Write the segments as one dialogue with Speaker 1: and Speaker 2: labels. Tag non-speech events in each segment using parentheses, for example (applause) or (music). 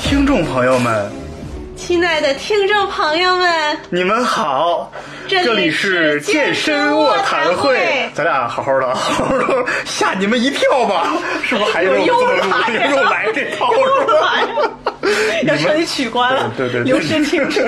Speaker 1: 听众朋友们，
Speaker 2: 亲爱的听众朋友们，
Speaker 1: 你们好，
Speaker 2: 这里
Speaker 1: 这里是健身卧谈
Speaker 2: 健身卧谈会
Speaker 1: 咱俩好好的， (laughs) 好好的吓你们一跳吧，是不是还有
Speaker 2: 又
Speaker 1: 这么
Speaker 2: 来了
Speaker 1: 又来这套是吧？你
Speaker 2: (laughs) 要说
Speaker 1: 们
Speaker 2: 你取关了，
Speaker 1: 对对对
Speaker 2: 有神听众，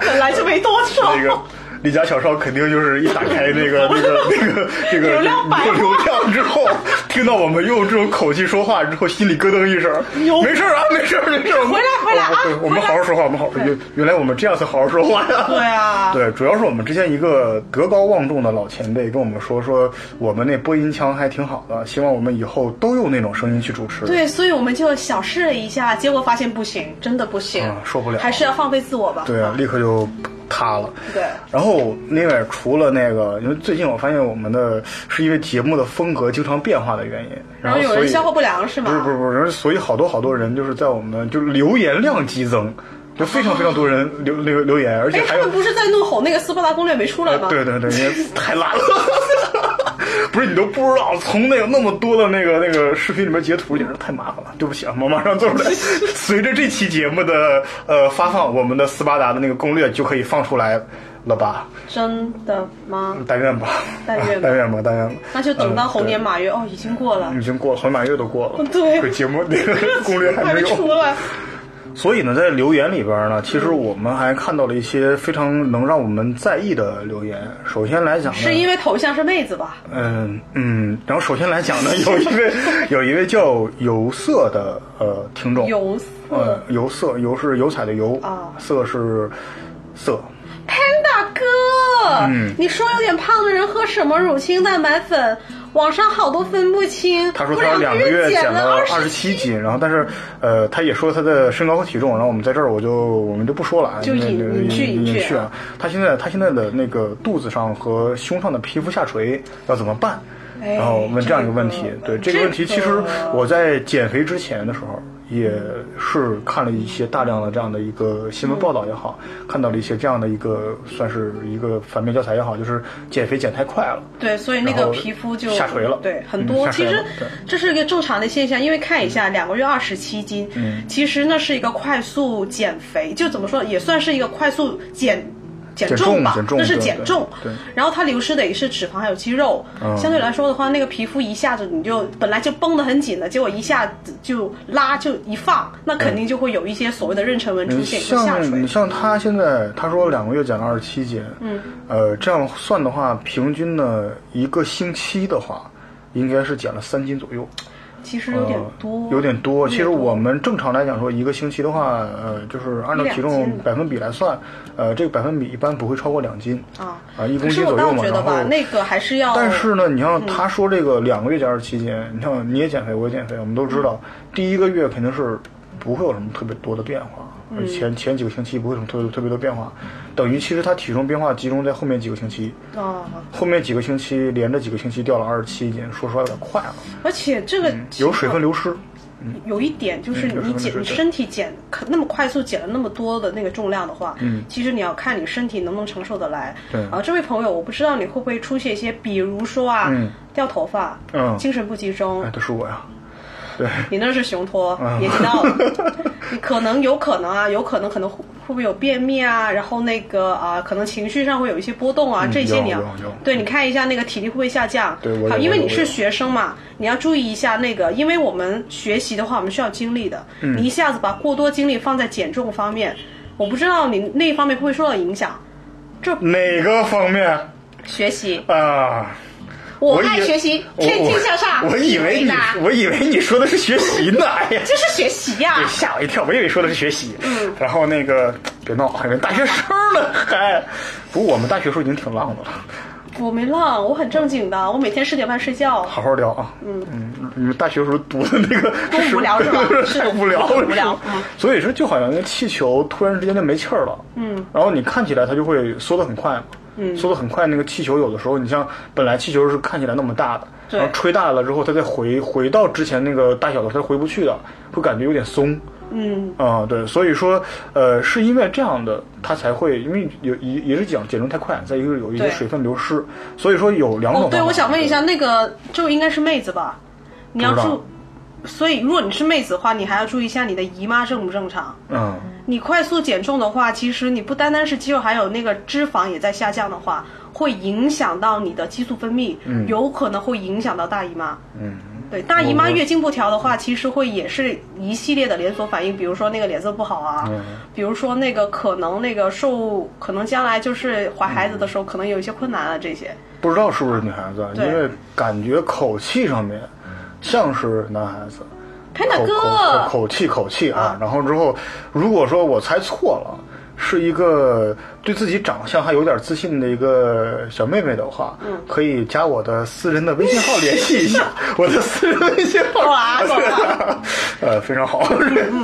Speaker 2: 本来就没多少。
Speaker 1: 那个。 (laughs) 李家小少肯定就是一打开那个那个那个这个
Speaker 2: 流量百万
Speaker 1: 流量之后，听到我们用这种口气说话之后，心里咯噔一声
Speaker 2: 哟。
Speaker 1: 没事儿啊，没事儿，没事儿。哦
Speaker 2: 回来回来啊
Speaker 1: 我们我们好好说话，我们好好。原原来我们这样才好好说话呀。
Speaker 2: 对啊
Speaker 1: 对，主要是我们之前一个德高望重的老前辈跟我们说，说我们那播音腔还挺好的，希望我们以后都用那种声音去主持。
Speaker 2: 对，所以我们就小试了一下，结果发现不行，真的不行，
Speaker 1: 啊受不了
Speaker 2: 还是要放飞自我吧。
Speaker 1: 对啊，立刻就塌了。
Speaker 2: 嗯对
Speaker 1: 然后另外除了那个，因为最近我发现我们的是因为节目的风格经常变化的原因，然
Speaker 2: 然后
Speaker 1: 后
Speaker 2: 有
Speaker 1: 所
Speaker 2: 人
Speaker 1: 以
Speaker 2: 消化不良是吗？
Speaker 1: 不是不是不是，所以好多好多人就是在我们就是留言量激增，就非常非常多人留留留言，而且
Speaker 2: 哎，
Speaker 1: 还
Speaker 2: 他
Speaker 1: 有呃
Speaker 2: 们不是在怒吼那个《斯巴达攻略》没出来吗？
Speaker 1: 对对对，
Speaker 2: (laughs)
Speaker 1: 也太烂了。 (laughs) 不是你都不知道，从那个那么多的那个那个视频里面截图，简直太麻烦了。对不起啊，我马上做出
Speaker 2: (laughs)
Speaker 1: 来。随着这期节目的呃发放，我们的斯巴达的那个攻略就可以放出来了吧？
Speaker 2: 真的吗？
Speaker 1: 但愿吧，
Speaker 2: 但愿吧
Speaker 1: 但愿吧， (laughs) 但愿吧。
Speaker 2: 那就等到
Speaker 1: 嗯
Speaker 2: 猴年
Speaker 1: 对
Speaker 2: 马月、哦，已经过了，
Speaker 1: 已经过了，红马月都过了，
Speaker 2: (laughs) 对
Speaker 1: 这节目那个攻略还
Speaker 2: 还
Speaker 1: 没
Speaker 2: 没 (laughs)
Speaker 1: 有
Speaker 2: 出来。
Speaker 1: 所以呢，在留言里边呢，其实我们还看到了一些非常能让我们在意的留言。首先来讲呢，
Speaker 2: 是因为头像是妹子吧？
Speaker 1: 嗯嗯，然后首先来讲
Speaker 2: (laughs)
Speaker 1: 呢，有一位有一位叫游色的呃听众，
Speaker 2: 有
Speaker 1: 呃游色游是油彩的油
Speaker 2: 啊
Speaker 1: 色是色，
Speaker 2: Panda 哥，
Speaker 1: 嗯
Speaker 2: 你说有点胖的人喝什么乳清蛋白粉？网上好多分不清。
Speaker 1: 他说
Speaker 2: 不
Speaker 1: 他
Speaker 2: 然
Speaker 1: 两个
Speaker 2: 别人
Speaker 1: 月
Speaker 2: 减
Speaker 1: 减了二
Speaker 2: 二
Speaker 1: 十七斤，然后但是呃他也说他的身高和体重，然后我们在这儿我就我们就不说了啊，
Speaker 2: 就
Speaker 1: 因为
Speaker 2: 隐
Speaker 1: 这个
Speaker 2: 隐去
Speaker 1: 隐
Speaker 2: 隐去
Speaker 1: 去啊，他现在他现在的那个肚子上和胸上的皮肤下垂要怎么办？
Speaker 2: 哎
Speaker 1: 然后问这样一个问题，
Speaker 2: 这个
Speaker 1: 对这个问题，
Speaker 2: 这
Speaker 1: 其实
Speaker 2: 个
Speaker 1: 我在减肥之前的时候，也是看了一些大量的这样的一个新闻报道也好，看到了一些这样的一个算是一个反面教材也好，就是减肥减太快了，
Speaker 2: 对，所以那个
Speaker 1: 然后
Speaker 2: 皮肤就
Speaker 1: 下垂了
Speaker 2: 对，很
Speaker 1: 嗯
Speaker 2: 多。
Speaker 1: 下
Speaker 2: 其
Speaker 1: 垂了
Speaker 2: 实
Speaker 1: 对
Speaker 2: 这是一个正常的现象，因为看一下两个月二十七斤，其实那是一个快速减肥，就怎么说也算是一个快速减。减
Speaker 1: 减
Speaker 2: 重
Speaker 1: 重
Speaker 2: 吧，
Speaker 1: 减重
Speaker 2: 那是
Speaker 1: 对
Speaker 2: 减
Speaker 1: 对
Speaker 2: 重
Speaker 1: 对
Speaker 2: 然后它流失的也是脂肪还有肌肉，
Speaker 1: 嗯
Speaker 2: 相对来说的话，那个皮肤一下子你就本来就绷得很紧的，结果一下子就拉就一放，那肯定就会有一些所谓的妊娠纹出现，就下垂呃
Speaker 1: 像。像他现在他说两个月减了二十七斤，嗯，呃，这样算的话，平均呢一个星期的话，应该是减了三斤左右，
Speaker 2: 其实有点
Speaker 1: 呃
Speaker 2: 多，
Speaker 1: 有点多。其实我们正常来讲说，一个星期的话，呃，就是按照体
Speaker 2: 一两
Speaker 1: 重
Speaker 2: 斤吧
Speaker 1: 百分比来算，呃，这个百分比一般不会超过两斤
Speaker 2: 啊
Speaker 1: 啊，一公
Speaker 2: 可是
Speaker 1: 斤
Speaker 2: 我
Speaker 1: 左
Speaker 2: 倒
Speaker 1: 右嘛。
Speaker 2: 觉得
Speaker 1: 然
Speaker 2: 吧
Speaker 1: 后，，
Speaker 2: 那个还是要。
Speaker 1: 但是呢，你像他说这个两个月减二十七斤，
Speaker 2: 嗯
Speaker 1: 你像你也减肥，我也减肥，我们都知道，第一个月肯定是不会有什么特别多的变化，
Speaker 2: 嗯
Speaker 1: 而前前几个星期不会有什么特别特别多变化，等于其实他体重变化集中在后面几个星期，
Speaker 2: 啊，
Speaker 1: 后面几个星期连着几个星期掉了二十七斤，说实话有点快了，啊
Speaker 2: 而且这个情
Speaker 1: 嗯有
Speaker 2: 况
Speaker 1: 水分流失。
Speaker 2: 有一点就是
Speaker 1: 嗯有水
Speaker 2: 你
Speaker 1: 分流
Speaker 2: 减
Speaker 1: 失
Speaker 2: 你
Speaker 1: 对
Speaker 2: 身体减可那么快速减了那么多的那个重量的话，嗯，其实你要看你身体能不能承受得来。
Speaker 1: 对
Speaker 2: 啊，这位朋友，我不知道你会不会出现一些，比如说啊，
Speaker 1: 嗯
Speaker 2: 掉头发，
Speaker 1: 嗯
Speaker 2: 精神不集中，
Speaker 1: 哎，这是我呀，对，
Speaker 2: 你那是雄脱，
Speaker 1: 嗯
Speaker 2: 也知道了。你可能有可能啊，有可能可能会会不会有便秘啊，然后那个啊，可能情绪上会有一些波动啊，
Speaker 1: 嗯
Speaker 2: 这些你要
Speaker 1: 有有有
Speaker 2: 对，你看一下那个体力会不会下降？
Speaker 1: 对我有
Speaker 2: 好，因为
Speaker 1: 我有
Speaker 2: 你
Speaker 1: 我有
Speaker 2: 是学生嘛，你要注意一下那个，因为我们学习的话，我们需要精力的，
Speaker 1: 嗯
Speaker 2: 你一下子把过多精力放在减重方面，我不知道你那一方面会不会受到影响。
Speaker 1: 哪个方面
Speaker 2: 学习，
Speaker 1: 啊？
Speaker 2: 我
Speaker 1: 我以
Speaker 2: 爱学习，天
Speaker 1: 我
Speaker 2: 天向上。
Speaker 1: (laughs) 我以为你
Speaker 2: 伟大，
Speaker 1: 我以为你说的是学习呢，哎呀。
Speaker 2: 这是学习呀、
Speaker 1: 吓我一跳，我以为说的是学习。嗯，然后那个别闹，还以为大学生呢还。不过我们大学时候已经挺浪的了，
Speaker 2: 我没浪，我很正经的，我每天十点半睡觉。
Speaker 1: 好好聊啊。嗯嗯，你们大学时候读的
Speaker 2: (laughs)
Speaker 1: 那个
Speaker 2: 多
Speaker 1: (laughs) 是
Speaker 2: 无聊是吧是
Speaker 1: 太无聊了，
Speaker 2: 很无聊
Speaker 1: 是吧
Speaker 2: 嗯
Speaker 1: 所以说，就好像那气球突然之间就没气儿了。嗯，然后你看起来它就会缩得很快嘛。嗯，缩得很快，那个气球有的时候，你像本来气球是看起来那么大的，
Speaker 2: 对
Speaker 1: 然后吹大了之后，它再回回到之前那个大小的时候，它回不去的，会感觉有点松。
Speaker 2: 嗯，
Speaker 1: 啊、对，所以说，呃，是因为这样的，它才会，因为有也也是讲减重太快，再一个是有一些
Speaker 2: 对
Speaker 1: 水分流失，所以说有两种、
Speaker 2: 哦哦，对，我想问一，下，那个就应该是妹子吧？你要
Speaker 1: 不知道
Speaker 2: 注，所以如果你是妹子的话，你还要注意一下你的姨妈正不正常。
Speaker 1: 嗯，
Speaker 2: 你快速减重的话，其实你不单单是肌肉，还有那个脂肪也在下降的话，会影响到你的激素分泌，有可能会影响到大姨妈。
Speaker 1: 嗯，
Speaker 2: 对，大姨妈
Speaker 1: 我
Speaker 2: 月经不调的话，其实会也是一系列的连锁反应，比如说那个脸色不好啊，
Speaker 1: 嗯
Speaker 2: 比如说那个可能那个受，可能将来就是怀孩子的时候可能有一些困难啊这些。
Speaker 1: 不知道是不是女孩子，因
Speaker 2: 对
Speaker 1: 为感觉口气上面像是男孩子。
Speaker 2: 潘大
Speaker 1: 口口口
Speaker 2: 哥，
Speaker 1: 口气口气啊，然后之后，如果说我猜错了，是一个对自己长相还有点自信的一个小妹妹的话，
Speaker 2: 嗯
Speaker 1: 可以加我的私人的微信号联系一
Speaker 2: (laughs)
Speaker 1: 下，我的私人微信号，
Speaker 2: 哇懂了
Speaker 1: (laughs) 呃，非
Speaker 2: (laughs)
Speaker 1: 常好。
Speaker 2: 嗯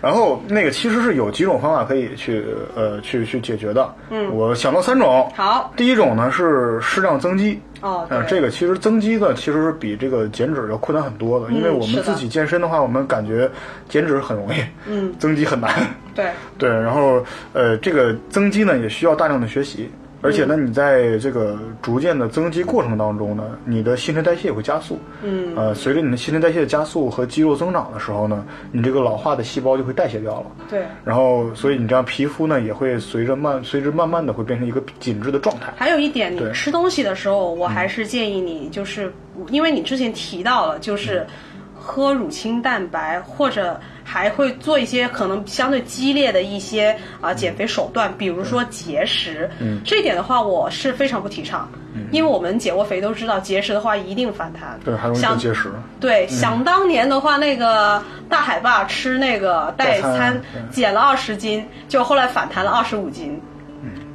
Speaker 1: 然后那个其实是有几种方法可以去呃去去解决的，嗯，我想到三种，
Speaker 2: 好，
Speaker 1: 第一种呢是适量增肌。
Speaker 2: 哦
Speaker 1: 呃
Speaker 2: 对
Speaker 1: 这个其实增肌呢，其实是比这个减脂要困难很多的，因为
Speaker 2: 嗯
Speaker 1: 我们
Speaker 2: 是的
Speaker 1: 自己健身的话，我们感觉减脂很容易，
Speaker 2: 嗯，
Speaker 1: 增肌很难。
Speaker 2: 对，
Speaker 1: 对，然后呃，这个增肌呢也需要大量的学习，而且呢，
Speaker 2: 嗯
Speaker 1: 你在这个逐渐的增肌过程当中呢，你的新陈代谢也会加速。
Speaker 2: 嗯，
Speaker 1: 呃，随着你的新陈代谢加速和肌肉增长的时候呢，你这个老化的细胞就会代谢掉了。
Speaker 2: 对。
Speaker 1: 然后，所以你这样皮肤呢也会随着慢，随之慢慢的会变成一个紧致的状态。
Speaker 2: 还有一点，
Speaker 1: 对嗯
Speaker 2: 你吃东西的时候，我还是建议你，就是因为你之前提到了，就是喝乳清蛋白，或者还会做一些可能相对激烈的一些
Speaker 1: 嗯
Speaker 2: 啊减肥手段，比如说节食。这一点的话，我是非常不提倡，因为我们减过肥都知道，节食的话一定反弹。
Speaker 1: 嗯对，还容易嗯
Speaker 2: 想
Speaker 1: 得结石。
Speaker 2: 对，想当年的话，那个大海霸吃那个代
Speaker 1: 代餐
Speaker 2: 餐
Speaker 1: 对，
Speaker 2: 减了二十斤，就后来反弹了二十五斤。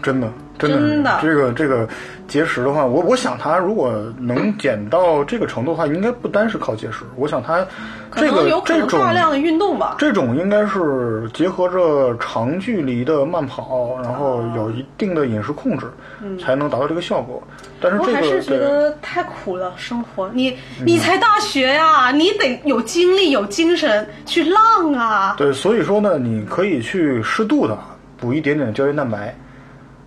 Speaker 1: 真的，真的，
Speaker 2: 真的
Speaker 1: 这个这个节食的话，我我想他如果能减到这个程度的话，应该不单是靠节食，我想他
Speaker 2: 可
Speaker 1: 这
Speaker 2: 能
Speaker 1: 个
Speaker 2: 有可
Speaker 1: 这
Speaker 2: 能
Speaker 1: 种
Speaker 2: 大量的运动吧。
Speaker 1: 这种应该是结合着长距离的慢跑，然后有一定的饮食控制，才能达到这个效果。但是
Speaker 2: 嗯我
Speaker 1: 这
Speaker 2: 还
Speaker 1: 个
Speaker 2: 是觉
Speaker 1: 对。
Speaker 2: 得太苦了，生活。你你才大学呀、你得有精力、有精神去浪啊。
Speaker 1: 对，所以说呢，你可以去适度的补一点点胶原蛋白，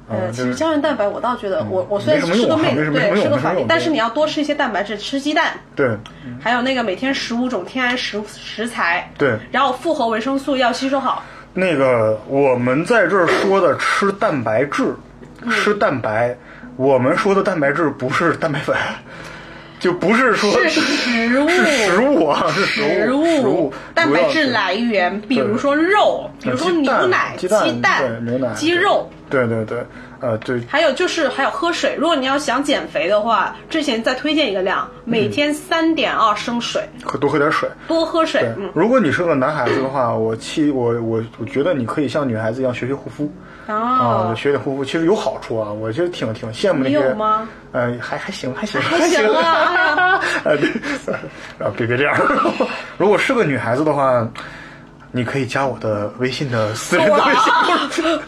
Speaker 1: 啊、
Speaker 2: 呃，其
Speaker 1: 就
Speaker 2: 实
Speaker 1: 是
Speaker 2: 胶原蛋白，我倒觉得，我我虽
Speaker 1: 没
Speaker 2: 然
Speaker 1: 什么
Speaker 2: 是个
Speaker 1: 用啊
Speaker 2: 妹
Speaker 1: 没什
Speaker 2: 子，
Speaker 1: 么没什
Speaker 2: 对，
Speaker 1: 么
Speaker 2: 是
Speaker 1: 用没什
Speaker 2: 个
Speaker 1: 么
Speaker 2: 法律
Speaker 1: 用，
Speaker 2: 但是你要多吃一些蛋白质，吃鸡蛋，
Speaker 1: 对
Speaker 2: 还有那个每天十五种天然食食材，
Speaker 1: 对，
Speaker 2: 然后复合维生素要吸收好。
Speaker 1: 那个，我们在这儿说的吃蛋白质，吃蛋白，我们说的蛋白质不是蛋白粉，就不 (laughs) 是说
Speaker 2: 是食物，
Speaker 1: 是食物啊，是食
Speaker 2: 食
Speaker 1: 物，食物
Speaker 2: 蛋白质。
Speaker 1: 主要是嗯
Speaker 2: 来源，比如说肉，比如说
Speaker 1: 呃鸡蛋
Speaker 2: 牛奶、
Speaker 1: 鸡
Speaker 2: 鸡
Speaker 1: 蛋对牛奶
Speaker 2: 鸡肉。
Speaker 1: 对对对，呃，对，
Speaker 2: 还有就是还有喝水，如果你要想减肥的话，之前再推荐一个量，每天三点二升水，
Speaker 1: 喝多喝点水。
Speaker 2: 多喝水
Speaker 1: 嗯对。，
Speaker 2: 嗯，
Speaker 1: 如果你是个男孩子的话，我期我我我觉得你可以像女孩子一样学学护肤。啊，
Speaker 2: 哦，
Speaker 1: 学点护肤其实有好处啊，我其实挺挺羡慕那
Speaker 2: 你
Speaker 1: 些。
Speaker 2: 有吗？
Speaker 1: 呃，还还行，还行，
Speaker 2: 还行啊哎呀
Speaker 1: (laughs) 呃，对，啊，别别这样。 (laughs) 如果是个女孩子的话，你可以加我的微信的私人的
Speaker 2: 啊
Speaker 1: 微信号。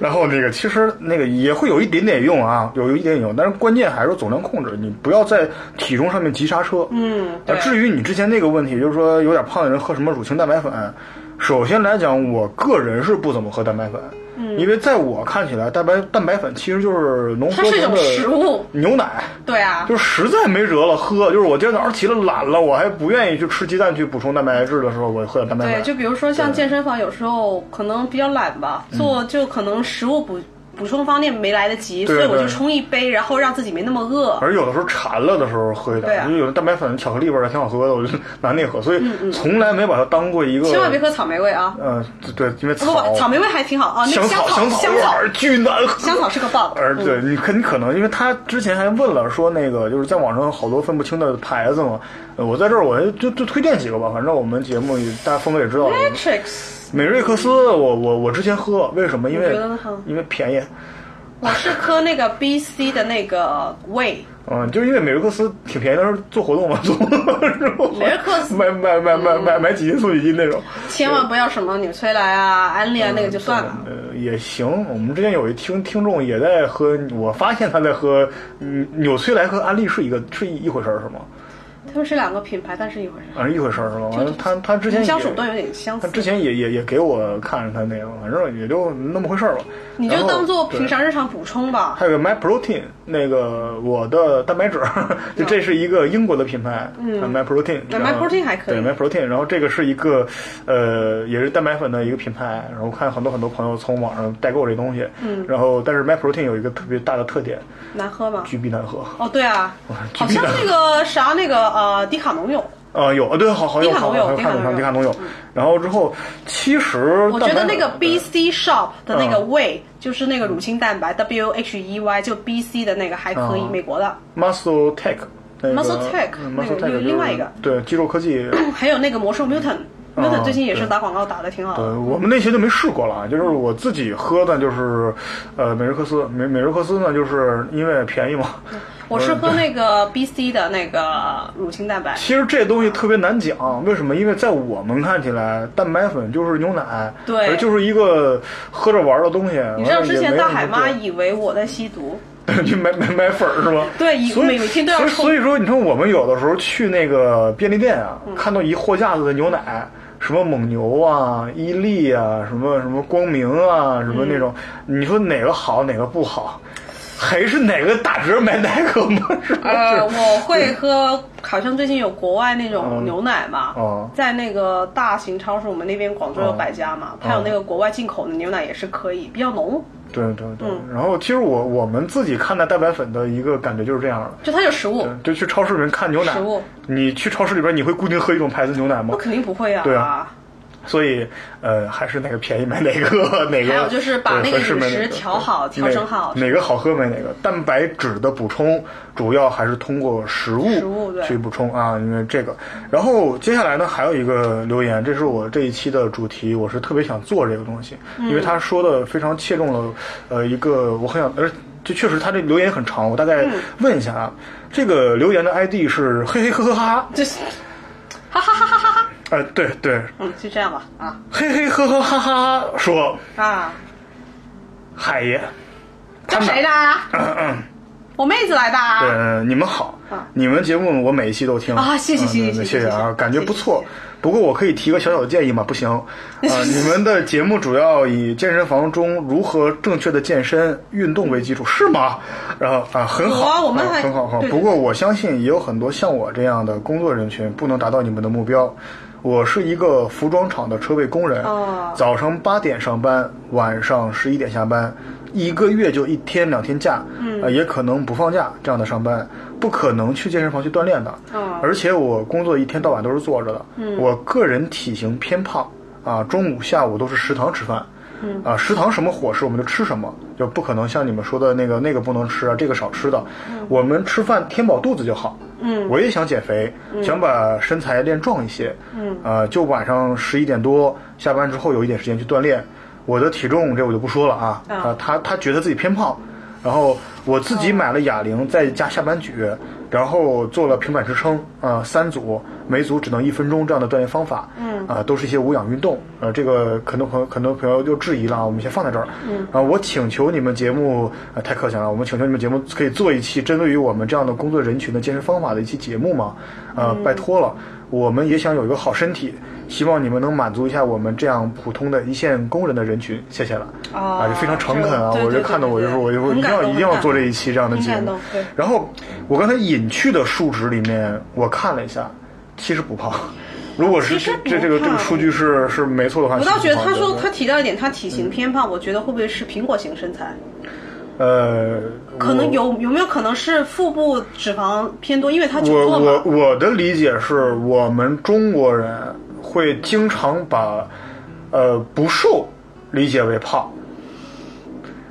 Speaker 1: (laughs) 然后那个，其实那个也会有一点点用啊，有有一点点用，但是关键还是总量控制，你不要在体重上面急刹车。
Speaker 2: (laughs) 嗯
Speaker 1: 啊
Speaker 2: 对
Speaker 1: 至于你之前那个问题，就是说有点胖的人喝什么乳清蛋白粉，首先来讲，我个人是不怎么喝蛋白粉。
Speaker 2: 嗯
Speaker 1: 因为在我看起来，蛋白蛋白粉其实就是浓
Speaker 2: 它
Speaker 1: 缩
Speaker 2: 是一
Speaker 1: 成
Speaker 2: 种
Speaker 1: 的
Speaker 2: 食物，
Speaker 1: 牛奶，
Speaker 2: 对啊，
Speaker 1: 就实在没辙了喝，就是我今天早上起来懒了，我还不愿意去吃鸡蛋去补充蛋白质的时候，我喝点蛋白
Speaker 2: 对，
Speaker 1: 粉。
Speaker 2: 就比如说像健身房，有时候可能比较懒吧，
Speaker 1: 嗯
Speaker 2: 做就可能食物补补充方面没来得及，
Speaker 1: 对
Speaker 2: 所以我
Speaker 1: 对
Speaker 2: 就冲一杯，然后让自己没那么饿。
Speaker 1: 而有的时候馋了的时候喝一
Speaker 2: 对
Speaker 1: 点，
Speaker 2: 啊嗯
Speaker 1: 就有的蛋白粉、巧克力味儿的挺好喝的，我就 (laughs) 拿那喝，所以从来没把它当过一个。
Speaker 2: 千万别喝草莓味啊！
Speaker 1: 呃，对，因为
Speaker 2: 不不，草莓味还挺好啊，那
Speaker 1: 香
Speaker 2: 个香
Speaker 1: 草香
Speaker 2: 草香
Speaker 1: 味
Speaker 2: 草
Speaker 1: 儿巨难喝。
Speaker 2: 香草嗯是个 bug，
Speaker 1: 而对你可你可能，因为他之前还问了说那个，就是在网上好多分不清的牌子嘛，呃我在这儿我就就推荐几个吧，反正我们节目也大家峰哥也知道了。我
Speaker 2: 哎
Speaker 1: 们
Speaker 2: Matrix，
Speaker 1: 美瑞克斯，我我我之前喝，为什么？因
Speaker 2: 我
Speaker 1: 为
Speaker 2: 觉得很
Speaker 1: 因为便宜，
Speaker 2: 我是喝那个 BC 的那个味。
Speaker 1: 嗯，就是因为美瑞克斯挺便宜，当时做活动嘛，做活动的时候
Speaker 2: 美瑞克
Speaker 1: (laughs)
Speaker 2: 斯
Speaker 1: 买买买买买买几斤送几斤那种，
Speaker 2: 千万不要什么纽崔莱啊、安利啊，那个就算了。
Speaker 1: 呃，也行。我们之前有一听听众也在喝，我发现他在喝，嗯，纽崔莱和安利是一个是一一回事儿是吗？
Speaker 2: 他们是两个品牌，但是一回事。
Speaker 1: 反正一回事儿是吧？反正他他之前
Speaker 2: 营
Speaker 1: 也
Speaker 2: 销手段有点相
Speaker 1: 他
Speaker 2: 似，
Speaker 1: 之前也也也给我看他那个，反正也就那么回事儿吧。
Speaker 2: 你就
Speaker 1: 然后
Speaker 2: 当做
Speaker 1: 对
Speaker 2: 平常日常补充吧。
Speaker 1: 还有个 My Protein，那个我的蛋
Speaker 2: (laughs)
Speaker 1: 白质，就这是一个英国的品牌，嗯，My Protein，
Speaker 2: 那
Speaker 1: 然后
Speaker 2: My Protein 还可以
Speaker 1: 对 My Protein，然后这个是一个，呃，也是蛋白粉的一个品牌，然后看很多很多朋友从网上代购这东西，嗯，然后但是 My Protein 有一个特别大的特点，
Speaker 2: 难喝吗？
Speaker 1: 巨必难喝，
Speaker 2: 哦，对啊，
Speaker 1: 巨
Speaker 2: 好像
Speaker 1: 大
Speaker 2: 那个啥，那个呃，迪卡侬有。
Speaker 1: 啊、有啊，对，好好有，
Speaker 2: 迪卡
Speaker 1: 好
Speaker 2: 侬
Speaker 1: 好
Speaker 2: 有
Speaker 1: 看懂上
Speaker 2: 迪
Speaker 1: 迪
Speaker 2: 卡
Speaker 1: 卡
Speaker 2: 侬
Speaker 1: 侬
Speaker 2: 有嗯
Speaker 1: 有，然后之后其实
Speaker 2: 我觉得
Speaker 1: 蛋白
Speaker 2: 那个
Speaker 1: 粉
Speaker 2: B C Shop 的那个
Speaker 1: 嗯
Speaker 2: Way，、就是那个乳清蛋白 W H E Y，就 B C 的那个还可以，
Speaker 1: 嗯
Speaker 2: 美国的。
Speaker 1: Muscle Tech。那个
Speaker 2: Muscle Tech，
Speaker 1: 嗯
Speaker 2: 那个
Speaker 1: Muscle Tech
Speaker 2: 另另外一个
Speaker 1: 就是对肌肉科
Speaker 2: (clears throat)
Speaker 1: 技
Speaker 2: 还有那个魔兽 Mutant，Mutant、Mutant 最近也是
Speaker 1: 嗯对
Speaker 2: 打广告打的挺好
Speaker 1: 呃，
Speaker 2: 的。
Speaker 1: 我们那些就没试过了啊，就是我自己喝的，就是，呃，美日克斯，美美日克斯呢，就是因为便宜嘛。
Speaker 2: 我是喝
Speaker 1: (laughs)
Speaker 2: 那个 B C 的那个乳清蛋白，
Speaker 1: 其实这东西特别难讲，为什么？因为在我们看起来，蛋白粉就是牛奶，
Speaker 2: 对
Speaker 1: 而就是一个喝着玩的东西。
Speaker 2: 你知道之前大海妈
Speaker 1: 蚂蚁
Speaker 2: 以为我在吸
Speaker 1: (laughs)
Speaker 2: 毒，
Speaker 1: 去买买买粉儿是吧？
Speaker 2: 对以
Speaker 1: 所以
Speaker 2: 每每天都要
Speaker 1: 所以
Speaker 2: 冲
Speaker 1: 所以说，你看我们有的时候去那个便利店
Speaker 2: 嗯
Speaker 1: 啊，看到一货架子的牛奶。什么蒙牛啊，伊利啊，什么什么光明啊，什
Speaker 2: 嗯
Speaker 1: 么那种，你说哪个好，哪个不好，还是哪个打折买哪个吗？是吧？ (laughs)
Speaker 2: 呃，我会喝，好像最近有国外那种
Speaker 1: 嗯
Speaker 2: 牛奶嘛，
Speaker 1: 哦
Speaker 2: 在那个大型超市，我们那边广州有百家嘛，它有
Speaker 1: 哦
Speaker 2: 那个国外进口的牛奶也是可以，比较浓，
Speaker 1: 对对对。
Speaker 2: 嗯
Speaker 1: 然后其实我我们自己看待蛋白粉的一个感觉就是这样的，
Speaker 2: 就它有食物，
Speaker 1: 就去超市里面看牛奶
Speaker 2: 食物，
Speaker 1: 你去超市里边你会固定喝一种牌子牛奶吗
Speaker 2: 我？肯定不会啊。
Speaker 1: 对啊所以，呃，还是哪个便宜买哪
Speaker 2: (laughs)
Speaker 1: 个，哪个
Speaker 2: 还有就是把
Speaker 1: 对
Speaker 2: 那个
Speaker 1: 合适买
Speaker 2: 饮食
Speaker 1: 哪个
Speaker 2: 调好
Speaker 1: 对
Speaker 2: 调整好
Speaker 1: 哪哪个好喝买哪个。蛋白质的补充主要还是通过食
Speaker 2: 食物
Speaker 1: 物
Speaker 2: 对
Speaker 1: 去补充啊，因为这个。然后接下来呢，还有一个留言，这是我这一期的主题，我是特别想做这个东西，
Speaker 2: 嗯
Speaker 1: 因为他说的非常切中了，呃，一个我很想，而就确实他这留言很长，我大
Speaker 2: 嗯
Speaker 1: 概问一下啊，这个留言的 ID 是嘿嘿呵呵哈哈，
Speaker 2: 就是，哈哈哈哈哈哈，
Speaker 1: 呃，对对，
Speaker 2: 嗯，就这样吧，啊
Speaker 1: 嘿嘿呵呵哈哈哈说。
Speaker 2: 啊，
Speaker 1: 海爷，
Speaker 2: 叫谁的啊？我妹子来的啊。
Speaker 1: 呃，你们好
Speaker 2: 啊，
Speaker 1: 你们节目我每一期都听
Speaker 2: 啊谢谢
Speaker 1: 嗯
Speaker 2: 谢谢
Speaker 1: 对对
Speaker 2: 谢谢
Speaker 1: 谢谢
Speaker 2: 谢
Speaker 1: 啊
Speaker 2: 谢，
Speaker 1: 感觉不错
Speaker 2: 谢谢。
Speaker 1: 不过我可以提个小小的建议吗？不
Speaker 2: (laughs)
Speaker 1: 行，啊，你们的节目主要以健身房中如何正确的健身运动为基础，是吗？然后啊，很
Speaker 2: 有啊
Speaker 1: 好，
Speaker 2: 我们
Speaker 1: 啊
Speaker 2: 还
Speaker 1: 很好，很好
Speaker 2: 对对
Speaker 1: 不过我相信也有很多像我这样的工作人群不能达到你们的目标。我是一个服装厂的车位工人，
Speaker 2: 哦
Speaker 1: 早上八点上班，晚上十一点下班，一个月就一天两天假，嗯、也可能不放假这样的上班，不可能去健身房去锻炼的。
Speaker 2: 哦
Speaker 1: 而且我工作一天到晚都是坐着的，啊嗯、我个人体型偏胖啊，中午下午都是食堂吃饭。嗯啊，食堂什么伙食我们就吃什么，就不可能像你们说的那个那个不能吃啊，这个少吃的。我们吃饭填饱肚子就好。嗯，我也想减肥，想把身材练壮一些。嗯，呃，就晚上十一点多下班之后有一点时间去锻炼。我的体重这我就不说了啊，
Speaker 2: 啊
Speaker 1: 啊，他他觉得自己偏胖，然后我自己买了哑铃，再加下班举，然后做了平板支撑，啊，三组，每组只能一分钟这样的锻炼方法，嗯，啊，都是一些无氧运动，呃，这个很多朋友很多朋友就质疑了啊，我们先放在这儿，嗯，啊，我请求你们节目，呃，太客气了，我们请求你们节目可以做一期针对于我们这样的工作人群的健身方法的一期节目吗？呃，拜托了。我们也想有一个好身体，希望你们能满足一下我们这样普通的一线工人的人群，谢谢了。
Speaker 2: 哦
Speaker 1: 啊，就非常诚恳啊！
Speaker 2: 这
Speaker 1: 我
Speaker 2: 对对
Speaker 1: 就看到我就说，我
Speaker 2: 对
Speaker 1: 就说一
Speaker 2: 对
Speaker 1: 定
Speaker 2: 很感
Speaker 1: 要
Speaker 2: 动
Speaker 1: 一定要做这一期这样的节
Speaker 2: (laughs) 很感
Speaker 1: 目
Speaker 2: 动对。
Speaker 1: 然后我刚才隐去的数值里面，我看了一下，其实不
Speaker 2: (laughs)
Speaker 1: 胖。如果是
Speaker 2: 其实
Speaker 1: 这
Speaker 2: 不
Speaker 1: 这这个这个
Speaker 2: 胖
Speaker 1: 数据是是没错的嗯话，
Speaker 2: 我倒
Speaker 1: 其
Speaker 2: 觉
Speaker 1: 实
Speaker 2: 得
Speaker 1: 不胖
Speaker 2: 他说
Speaker 1: 对
Speaker 2: 他提到一点，他体型偏胖，我觉得会不会是苹果型身材？
Speaker 1: 呃，
Speaker 2: 可能
Speaker 1: 我
Speaker 2: 有有没有可能是腹部脂肪偏多，因为他久
Speaker 1: 我我
Speaker 2: 坐嘛。
Speaker 1: 我的理解是我们中国人会经常把呃不瘦理解为胖，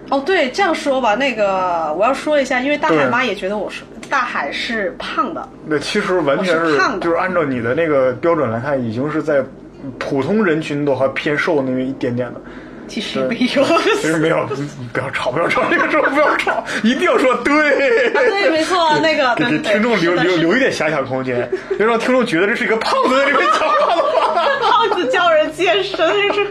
Speaker 2: 哦，对，这样说吧，那个我要说一下，因为大海
Speaker 1: 对
Speaker 2: 妈也觉得我是大海是胖的，
Speaker 1: 那其实完全
Speaker 2: 我是
Speaker 1: 是
Speaker 2: 胖的
Speaker 1: 就是按照你的那个标准来看，已经是在普通人群都还偏瘦那么一点点的。
Speaker 2: 其实没有。
Speaker 1: 其实没有， (laughs) 不要吵，不要吵，这 (laughs) 个时候不要吵，一定要说对。
Speaker 2: (laughs) 对，没错，那个
Speaker 1: 给
Speaker 2: 啊对
Speaker 1: 给
Speaker 2: 对对，
Speaker 1: 听众留
Speaker 2: 是的
Speaker 1: 留
Speaker 2: 是的
Speaker 1: 留一点遐想空
Speaker 2: (laughs)
Speaker 1: 间，别让听众觉得这是一个胖子在这边讲话的话。 (laughs)
Speaker 2: 胖子教人健身，这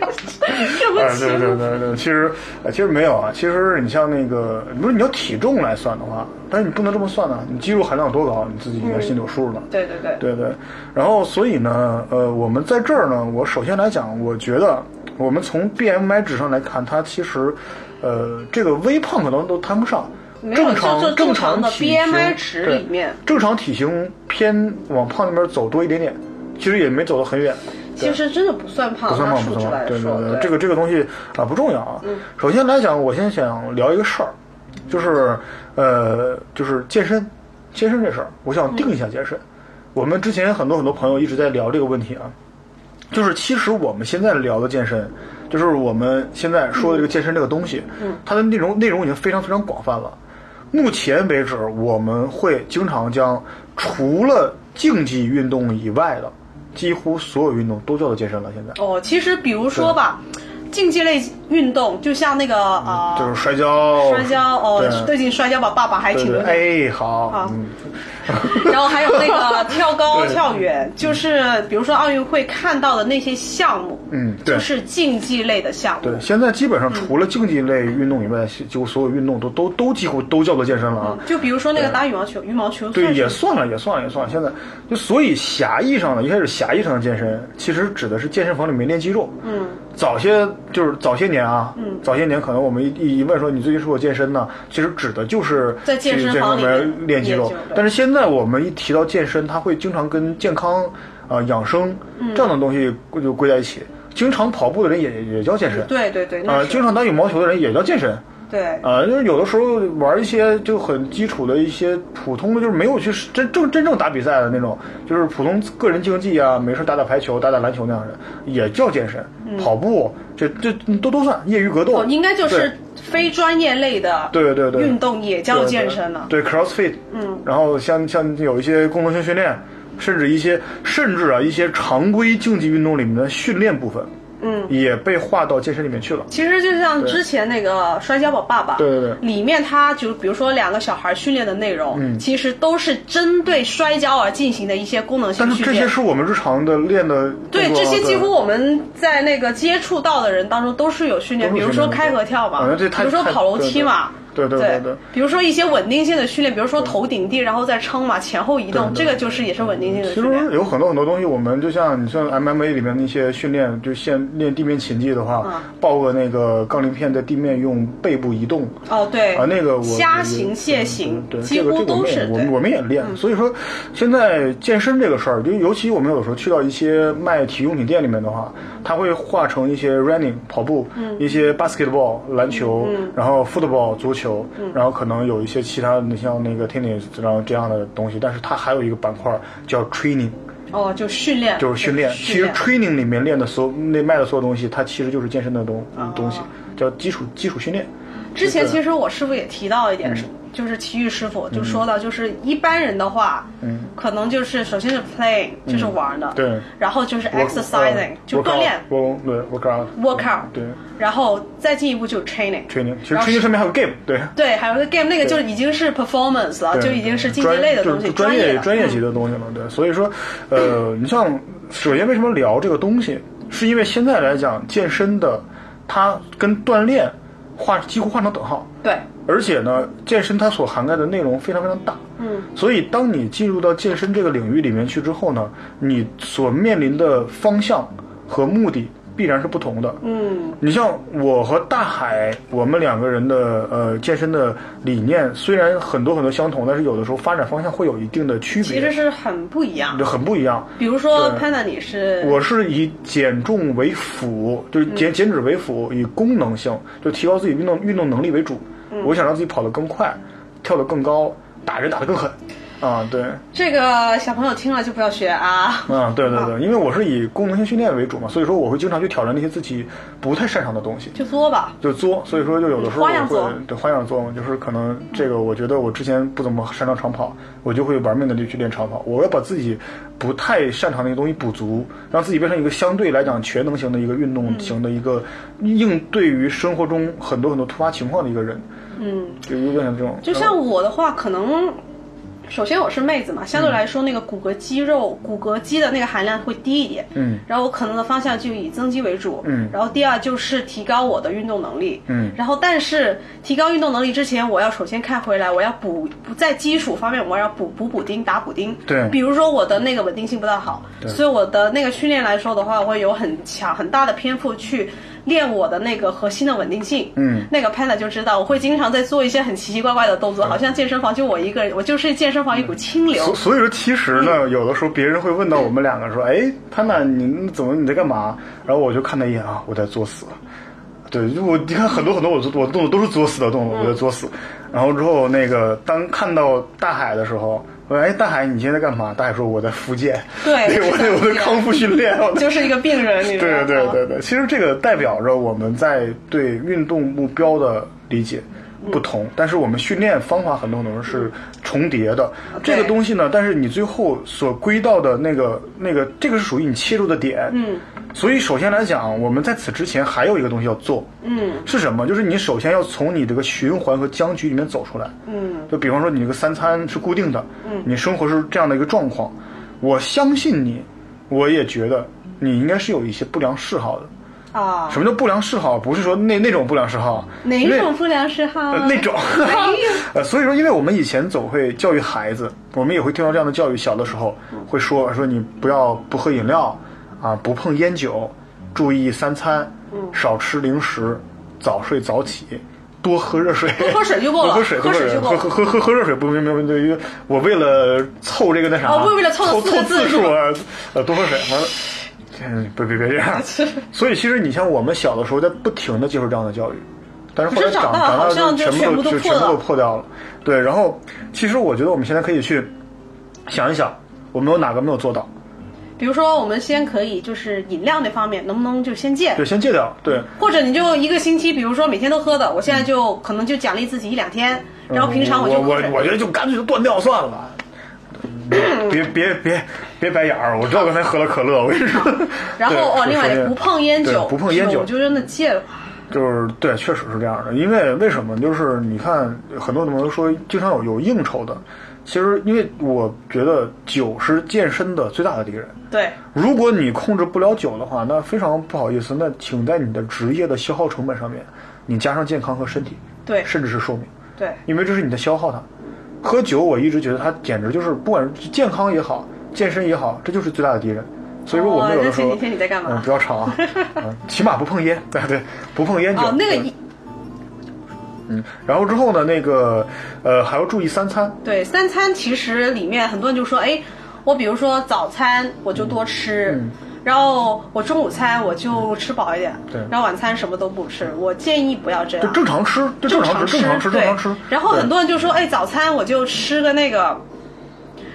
Speaker 2: 不我
Speaker 1: 啊对
Speaker 2: 行。
Speaker 1: 哎对对对对，其实呃其实没有啊，其实你像那个，不是你要体重来算的话，但是你不能这么算呢、啊你肌肉含量有多高，你自己
Speaker 2: 嗯
Speaker 1: 应该心里有数的。
Speaker 2: 对对对，
Speaker 1: 对对，然后所以呢，呃，我们在这儿呢，我首先来讲，我觉得我们从 BMI 值上来看，它其实，呃，这个微胖可能都谈不上，
Speaker 2: 没有
Speaker 1: 正常
Speaker 2: 就就正常
Speaker 1: 常
Speaker 2: 的
Speaker 1: 体型
Speaker 2: BMI 值
Speaker 1: 对
Speaker 2: 里面
Speaker 1: 正常体型偏往胖那边走多一点点，其实也没走得很远。对
Speaker 2: 其实真的不算胖，
Speaker 1: 不算
Speaker 2: 拿
Speaker 1: 胖，
Speaker 2: 数
Speaker 1: 不
Speaker 2: 值
Speaker 1: 算胖
Speaker 2: 来，
Speaker 1: 对
Speaker 2: 说，嗯
Speaker 1: 对，这个这个东西啊不重要啊。首先来讲，我先想聊一个事儿，就是呃，就是健身，健身这事儿，我想定一
Speaker 2: 嗯
Speaker 1: 下健身。我们之前很多很多朋友一直在聊这个问题啊，就是其实我们现在聊的健身，就是我们现在说
Speaker 2: 嗯
Speaker 1: 的这个健身这个东西，它的内容内容已经非常非常广泛了。目前为止，我们会经常将除了竞技运动以外的，几乎所有运动都叫做健身了。现在，
Speaker 2: 哦，其实比如说吧，竞技类运动，就像那个啊、
Speaker 1: 嗯就是摔跤，
Speaker 2: 摔跤哦，
Speaker 1: 对
Speaker 2: 最近摔跤吧，爸爸还
Speaker 1: 对
Speaker 2: 挺多
Speaker 1: 对，
Speaker 2: 的。
Speaker 1: 哎，好，
Speaker 2: 好
Speaker 1: 嗯，
Speaker 2: (laughs) 然后还有那
Speaker 1: (laughs)
Speaker 2: 个跳高、
Speaker 1: 对
Speaker 2: 跳远，就是比如说奥运会看到的那些项目，
Speaker 1: 嗯对
Speaker 2: 就是竞技类的项目
Speaker 1: 对，。现在基本
Speaker 2: 嗯
Speaker 1: 上除了竞技类运动以外，几乎所有运动都都都几乎都叫做健身了啊。
Speaker 2: 就比如说那个打羽毛球，羽毛球
Speaker 1: 对，
Speaker 2: 算
Speaker 1: 也
Speaker 2: 是
Speaker 1: 算了，也算了，也算了。现在就所以狭义上的，一开始狭义上的健身，其实指的是健身房里面练肌肉。
Speaker 2: 嗯，
Speaker 1: 早些就是早些年啊，嗯，早些年可能我们一一问说你最近是否健身呢？其实指的就是
Speaker 2: 在
Speaker 1: 去
Speaker 2: 健身
Speaker 1: 健身
Speaker 2: 房
Speaker 1: 房
Speaker 2: 里面
Speaker 1: 面练肌
Speaker 2: 练
Speaker 1: 肉
Speaker 2: 肌肉。对
Speaker 1: 但是现在我们一提到健身，它会经常跟健康、啊养生
Speaker 2: 嗯
Speaker 1: 这样的东西归就归在一起。经常跑步的人也也也叫健身，
Speaker 2: 对对对，
Speaker 1: 啊、
Speaker 2: 那
Speaker 1: 经
Speaker 2: 是
Speaker 1: 常打羽毛球的人也叫健身。
Speaker 2: 对。
Speaker 1: 啊，就是有的时候玩一些就很基础的一些普通的，就是没有去真正真正打比赛的那种，就是普通个人竞技啊，没事打打排球、打打篮球那样的，也叫健身。跑步这这都都算业余格斗
Speaker 2: 嗯哦，，应该就
Speaker 1: 对
Speaker 2: 是非专业类的
Speaker 1: 对对对
Speaker 2: 运动也叫健身了。
Speaker 1: 对对 CrossFit，嗯，然后像像有一些功能性训练，甚至一些甚至啊一些常规竞技运动里面的训练部分，
Speaker 2: 嗯，
Speaker 1: 也被划到健身里面去了。
Speaker 2: 其实就像之前那个摔跤吧爸爸，
Speaker 1: 对对对
Speaker 2: 里面他就比如说两个小孩训练的内容，
Speaker 1: 嗯
Speaker 2: 其实都是针对摔跤而进行的一些功能性
Speaker 1: 但是
Speaker 2: 训
Speaker 1: 这
Speaker 2: 练。
Speaker 1: 些是我们日常的练的动作啊，
Speaker 2: 对这些几乎我们在那个接触到的人当中都是有训练，
Speaker 1: 都
Speaker 2: 比
Speaker 1: 是有
Speaker 2: 如
Speaker 1: 训
Speaker 2: 说
Speaker 1: 练的
Speaker 2: 开合跳嘛，
Speaker 1: 啊那这
Speaker 2: 比
Speaker 1: 太
Speaker 2: 如说
Speaker 1: 太
Speaker 2: 跑楼梯嘛，
Speaker 1: 对对对对对
Speaker 2: 比如说一些稳定性的训练，比如说头顶地然后再撑嘛，前后移动，
Speaker 1: 对
Speaker 2: 这
Speaker 1: 对
Speaker 2: 个就是也是稳定性的
Speaker 1: 嗯其
Speaker 2: 训练
Speaker 1: 实。有很多很多东西，我们就像你像 MMA 里面那些训练，就先练地面擒技的话，
Speaker 2: 嗯
Speaker 1: 抱个那个杠铃片在地面用背部移动
Speaker 2: 哦，对
Speaker 1: 啊，那个我
Speaker 2: 虾
Speaker 1: 我
Speaker 2: 型、蟹型
Speaker 1: 对，
Speaker 2: 几
Speaker 1: 这个
Speaker 2: 乎
Speaker 1: 这个我
Speaker 2: 都
Speaker 1: 们
Speaker 2: 是
Speaker 1: 也我们
Speaker 2: 对。嗯
Speaker 1: 我们也练。所以说，现在健身这个事儿，就尤其我们有的时候去到一些卖体育用品店里面的话，它会化成一些 running 跑步，
Speaker 2: 嗯
Speaker 1: 一些 basketball 篮球，然后 football 足球，
Speaker 2: 嗯
Speaker 1: 然后可能有一些其他的像那个 tennis 然后这样的东西，但是它还有一个板块叫 training。
Speaker 2: 哦，就训练，
Speaker 1: 就是训练。其
Speaker 2: 训
Speaker 1: 实
Speaker 2: 练
Speaker 1: training 里面练的所有那卖的所有东西，它其实就是健身的东、
Speaker 2: 哦
Speaker 1: 东西，叫基础基础训练。
Speaker 2: 之前
Speaker 1: 就是
Speaker 2: 其实我师傅也提到一
Speaker 1: 嗯
Speaker 2: 点，是就是体育师傅就说到，就是一般人的话，
Speaker 1: 嗯，
Speaker 2: 可能就是首先是 playing，就是玩的，
Speaker 1: 对
Speaker 2: 然后就是
Speaker 1: work-
Speaker 2: exercising，
Speaker 1: 呃
Speaker 2: 就锻炼
Speaker 1: workout，我对 workout
Speaker 2: workout，
Speaker 1: 对
Speaker 2: 然后再进一步就是 training。
Speaker 1: training。其实
Speaker 2: 然后
Speaker 1: training 上面还有 game 对。
Speaker 2: 对，还有个 game，那个就已经是 performance 了，哦就
Speaker 1: 对
Speaker 2: 已经是竞技
Speaker 1: 专
Speaker 2: 类的东西，
Speaker 1: 就是专
Speaker 2: 业的嗯
Speaker 1: 专业级的东西了。对，所以说，呃，你像首先为什么聊这个东西，是因为现在来讲，健身的它跟锻炼画几乎画成等号。
Speaker 2: 对，
Speaker 1: 而且呢，健身它所涵盖的内容非常非常大，
Speaker 2: 嗯，
Speaker 1: 所以当你进入到健身这个领域里面去之后呢，你所面临的方向和目的必然是不同的，
Speaker 2: 嗯，
Speaker 1: 你像我和大海，我们两个人的呃健身的理念虽然很多很多相同，但是有的时候发展方向会有一定的区
Speaker 2: 其实
Speaker 1: 别，
Speaker 2: 是很不一样
Speaker 1: 就。很不一样。
Speaker 2: 比如说
Speaker 1: 对
Speaker 2: Panda，你是
Speaker 1: 我是以减重为辅，就是减减脂为辅，以功能性就提高自己运动运动能力为主。我想让自己跑得更快，跳得更高，打人打得更狠。啊，对，
Speaker 2: 这个小朋友听了就不要学啊。
Speaker 1: 啊，对对对，因为我是以功能性训练为主嘛，所以说我会经常去挑战那些自己不太擅长的东西。
Speaker 2: 就作吧，
Speaker 1: 就作，所以说就有的时候
Speaker 2: 花样
Speaker 1: 我
Speaker 2: 作
Speaker 1: 会对花样作嘛，就是可能这个我觉得我之前不怎么擅长长跑，我就会玩命的去练长跑，我要把自己不太擅长的一个东西补足，让自己变成一个相对来讲全能型的一个运
Speaker 2: 嗯
Speaker 1: 动型的一个应对于生活中很多很多突发情况的一个人，
Speaker 2: 嗯，
Speaker 1: 就有点像这种。
Speaker 2: 就像我的话，可能首先我是妹子嘛，
Speaker 1: 嗯
Speaker 2: 相对来说那个骨骼肌肉、骨骼肌的那个含量会低一点。
Speaker 1: 嗯，
Speaker 2: 然后我可能的方向就以增肌为主。
Speaker 1: 嗯
Speaker 2: 然后第二就是提高我的运动能力。
Speaker 1: 嗯
Speaker 2: 然后但是提高运动能力之前，我要首先看回来，我要补不在基础方面，我要补补补丁打补丁。
Speaker 1: 对
Speaker 2: 比如说我的那个稳定性不大好，所以我的那个训练来说的话，我会有很强很大的篇幅去练我的那个核心的稳定性。
Speaker 1: 嗯，
Speaker 2: 那个 Panda 就知道，我会经常在做一些很奇奇怪怪的动作，好像健身房就我一个人，我就是健身房一股清流。
Speaker 1: 所所以说，其实呢，有的时候别人会问到我们两个说：“哎，潘娜，你怎么你在干嘛？”然后我就看他一眼啊，我在作死。对，就我你看很多很多我做我动作都是作死的动作，我在作死。然后之后那个当看到大海的时候，我说：“哎，大海，你现在干嘛？”大海说：“我在复健，
Speaker 2: 对
Speaker 1: (laughs) 对我在我在康复训练。”我在
Speaker 2: 就是一个病人，你知道
Speaker 1: 对
Speaker 2: 吗？
Speaker 1: 对对对，其实这个代表着我们在对运动目标的理解不
Speaker 2: 嗯
Speaker 1: 同，但是我们训练方法很多可能是重叠的。这个
Speaker 2: 啊对
Speaker 1: 东西呢，但是你最后所归到的那个那个，这个是属于你切入的点。
Speaker 2: 嗯，
Speaker 1: 所以首先来讲，我们在此之前还有一个东西要做，
Speaker 2: 嗯
Speaker 1: 是什么？就是你首先要从你这个循环和僵局里面走出来。
Speaker 2: 嗯
Speaker 1: 就比方说你这个三餐是固定的，你生活是这样的一个状况，我相信你，我也觉得你应该是有一些不良嗜好的。
Speaker 2: 啊，
Speaker 1: 什么叫不良嗜好？不是说那那种不良嗜好，啊
Speaker 2: 哪一种不良嗜好
Speaker 1: 那、
Speaker 2: 啊？
Speaker 1: 呃那种。
Speaker 2: 哎呦
Speaker 1: (laughs) 呃，所以说，因为我们以前总会教育孩子，我们也会听到这样的教育。小的时候
Speaker 2: 嗯
Speaker 1: 会说说你不要不喝饮料啊，不碰烟酒，注意三餐，
Speaker 2: 嗯
Speaker 1: 少吃零食，早睡早起。多喝热水，
Speaker 2: 多喝水就够
Speaker 1: (laughs) 多
Speaker 2: 了
Speaker 1: 喝水，
Speaker 2: 喝水就够
Speaker 1: 喝
Speaker 2: 了
Speaker 1: 喝喝喝喝热水不明明明对于我为了凑这个那啥，
Speaker 2: 哦为了凑
Speaker 1: 凑
Speaker 2: 四个字
Speaker 1: 字
Speaker 2: 是
Speaker 1: 数
Speaker 2: 吧
Speaker 1: 啊，呃，多喝水完了。嗯， (laughs) 别别别这样！所以其实你像我们小的时候，在不停的接受这样的教育，但是后来
Speaker 2: 可是
Speaker 1: 长
Speaker 2: 长大
Speaker 1: 大
Speaker 2: 好
Speaker 1: 之后
Speaker 2: 像就
Speaker 1: 全部
Speaker 2: 全部都
Speaker 1: 就
Speaker 2: 破
Speaker 1: 全部
Speaker 2: 了
Speaker 1: 都破掉了。对，然后其实我觉得我们现在可以去想一想，我们有哪个没有做到，
Speaker 2: 比如说，我们先可以就是饮料那方面，能不能就先戒？
Speaker 1: 对，先戒掉。对，
Speaker 2: 或者你就一个星期，比如说每天都喝的，我现在就可能就奖励自己一两天，然后平常
Speaker 1: 嗯我
Speaker 2: 就
Speaker 1: 嗯我
Speaker 2: 喝水
Speaker 1: 我觉得就干脆就断掉算了吧。别别别别白眼儿！我知道刚才喝了可乐，我跟你说。
Speaker 2: 然后
Speaker 1: 对
Speaker 2: 哦，另外
Speaker 1: 首先
Speaker 2: 不碰烟酒
Speaker 1: 对，不碰烟酒
Speaker 2: 我就真的戒了。
Speaker 1: 就是对，确实是这样的。因为为什么？就是你看，很多朋友说经常有有应酬的，其实因为我觉得酒是健身的最大的敌人。
Speaker 2: 对，
Speaker 1: 如果你控制不了酒的话，那非常不好意思，那请在你的职业的消耗成本上面，你加上健康和身体，
Speaker 2: 对，
Speaker 1: 甚至是寿命，
Speaker 2: 对，
Speaker 1: 因为这是你的消耗它。喝酒，我一直觉得它简直就是，不管是健康也好，健身也好，这就是最大的敌人。所以说，我们有
Speaker 2: 哦
Speaker 1: 的
Speaker 2: 那
Speaker 1: 时候，
Speaker 2: 前几天你在干嘛
Speaker 1: 嗯，不要吵
Speaker 2: (laughs)
Speaker 1: 啊，嗯起码不碰烟， (laughs) 对对，不碰烟酒。
Speaker 2: 哦，那个
Speaker 1: 对嗯
Speaker 2: 一
Speaker 1: 然后之后呢，那个呃还要注意三餐，
Speaker 2: 对三餐其实里面很多人就说，哎，我比如说早餐我就多吃。
Speaker 1: 嗯
Speaker 2: 然后我中午餐我就吃饱一点，
Speaker 1: 对
Speaker 2: 然后晚餐什么都不吃。我建议不要这
Speaker 1: 就
Speaker 2: 样，
Speaker 1: 正常吃，就正常吃，正常吃，正
Speaker 2: 对
Speaker 1: 常吃。
Speaker 2: 然后很
Speaker 1: 多
Speaker 2: 多人就说，哎，早餐我就吃个那个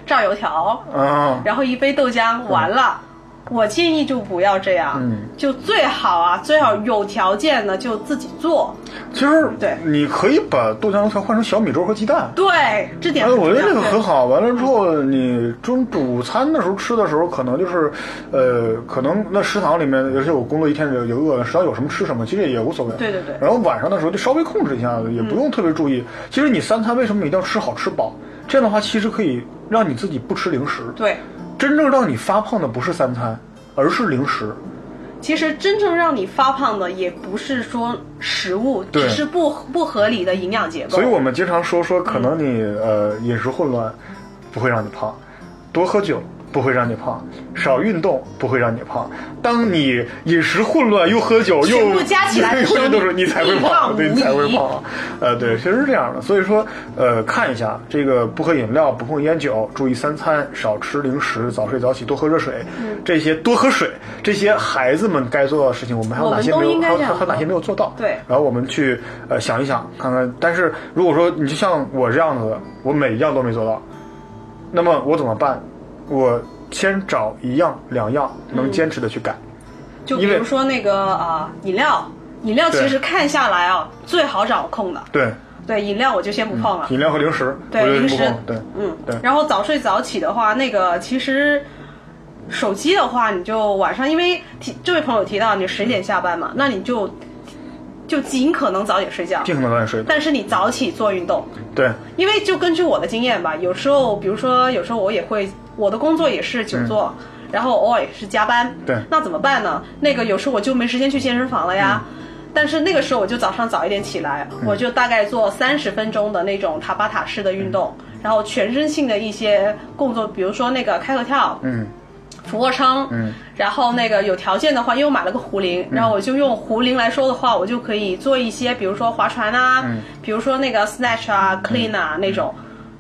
Speaker 2: 炸油条，
Speaker 1: 啊，
Speaker 2: 然后一杯豆浆，完了。我建议就不要这样，
Speaker 1: 嗯
Speaker 2: 就最好啊，最好有条件的就自己做。
Speaker 1: 其实
Speaker 2: 对
Speaker 1: 你可以把豆浆油条换成小米粥和鸡蛋。
Speaker 2: 对，这点
Speaker 1: 哎，
Speaker 2: 是
Speaker 1: 我觉得
Speaker 2: 重
Speaker 1: 这
Speaker 2: 要
Speaker 1: 个
Speaker 2: 的
Speaker 1: 很好。完了之后，你中午餐的时候吃的时候，可能就是，呃，可能那食堂里面，而且我工作一天也也饿了，食堂有什么吃什么，其实也无所谓。
Speaker 2: 对对嗯对
Speaker 1: 然后晚上的时候就稍微控制一下子，也不用特别注意。其实你三餐为什么一定要吃好吃饱？这样的话，其实可以让你自己不吃零食。
Speaker 2: 对，
Speaker 1: 真正让你发胖的不是三餐，而是零食。
Speaker 2: 其实真正让你发胖的也不是说食物，
Speaker 1: 对
Speaker 2: 只是不不合理的嗯营养结构。
Speaker 1: 所以我们经常说说，可能你、呃饮食混乱不会让你胖，多喝酒不会让你胖，少运动不会让你胖。当你饮食混乱又喝酒
Speaker 2: 全
Speaker 1: 又
Speaker 2: 部加
Speaker 1: (laughs)
Speaker 2: 起来
Speaker 1: 又
Speaker 2: 的时候
Speaker 1: 运动的时候，你才会
Speaker 2: 你胖
Speaker 1: 胖，
Speaker 2: 嗯
Speaker 1: 对，
Speaker 2: 无
Speaker 1: 你才会
Speaker 2: 疑
Speaker 1: 胖。呃，对，其实是这样的。所以说，呃，看一下这个不喝饮料，不碰烟酒，注意三餐，少吃零食，早睡早起，多喝热水，
Speaker 2: 嗯
Speaker 1: 这些多喝水，这些孩子们该做的事情，我们还有
Speaker 2: 我
Speaker 1: 哪
Speaker 2: 们
Speaker 1: 些
Speaker 2: 都
Speaker 1: 没有？
Speaker 2: 应该
Speaker 1: 还有
Speaker 2: 这样
Speaker 1: 还有哪些没有做到？
Speaker 2: 对
Speaker 1: 然后我们去呃想一想，看看。但是如果说你就像我这样子的，我每一样都没做到，那么我怎么办？我先找一样两样
Speaker 2: 嗯
Speaker 1: 能坚持的去改。
Speaker 2: 就比
Speaker 1: 因为
Speaker 2: 如说那个啊、饮料，饮料
Speaker 1: 对
Speaker 2: 其实看下来啊，最好掌控的。
Speaker 1: 对，
Speaker 2: 对，饮料我就先不碰了。
Speaker 1: 饮料和零食，
Speaker 2: 对
Speaker 1: 我觉得
Speaker 2: 零
Speaker 1: 不
Speaker 2: 食
Speaker 1: 够对，
Speaker 2: 嗯，
Speaker 1: 对
Speaker 2: 然后早睡早起的话，那个其实手机的话，你就晚上，因为提这位朋友提到你十一点下班嘛，那你就就尽可能早点睡觉，
Speaker 1: 尽可能早点睡。
Speaker 2: 但是你早起做运动，
Speaker 1: 对，
Speaker 2: 因为就根据我的经验吧，有时候，比如说，有时候我也会，我的工作也是久坐，然后偶尔也是加班。
Speaker 1: 对
Speaker 2: 那怎么办呢？那个有时候我就没时间去健身房了呀。但是那个时候我就早上早一点起来，我就大概做三十分钟的那种塔巴塔式的运动，然后全身性的一些动作，比如说那个开合跳，
Speaker 1: 嗯，
Speaker 2: 俯卧撑，
Speaker 1: 嗯，
Speaker 2: 然后那个有条件的话，因为我买了个壶铃，然后我就用壶铃来说的话，我就可以做一些，比如说划船啊，
Speaker 1: 嗯
Speaker 2: 比如说那个 snatch 啊、clean 啊那种，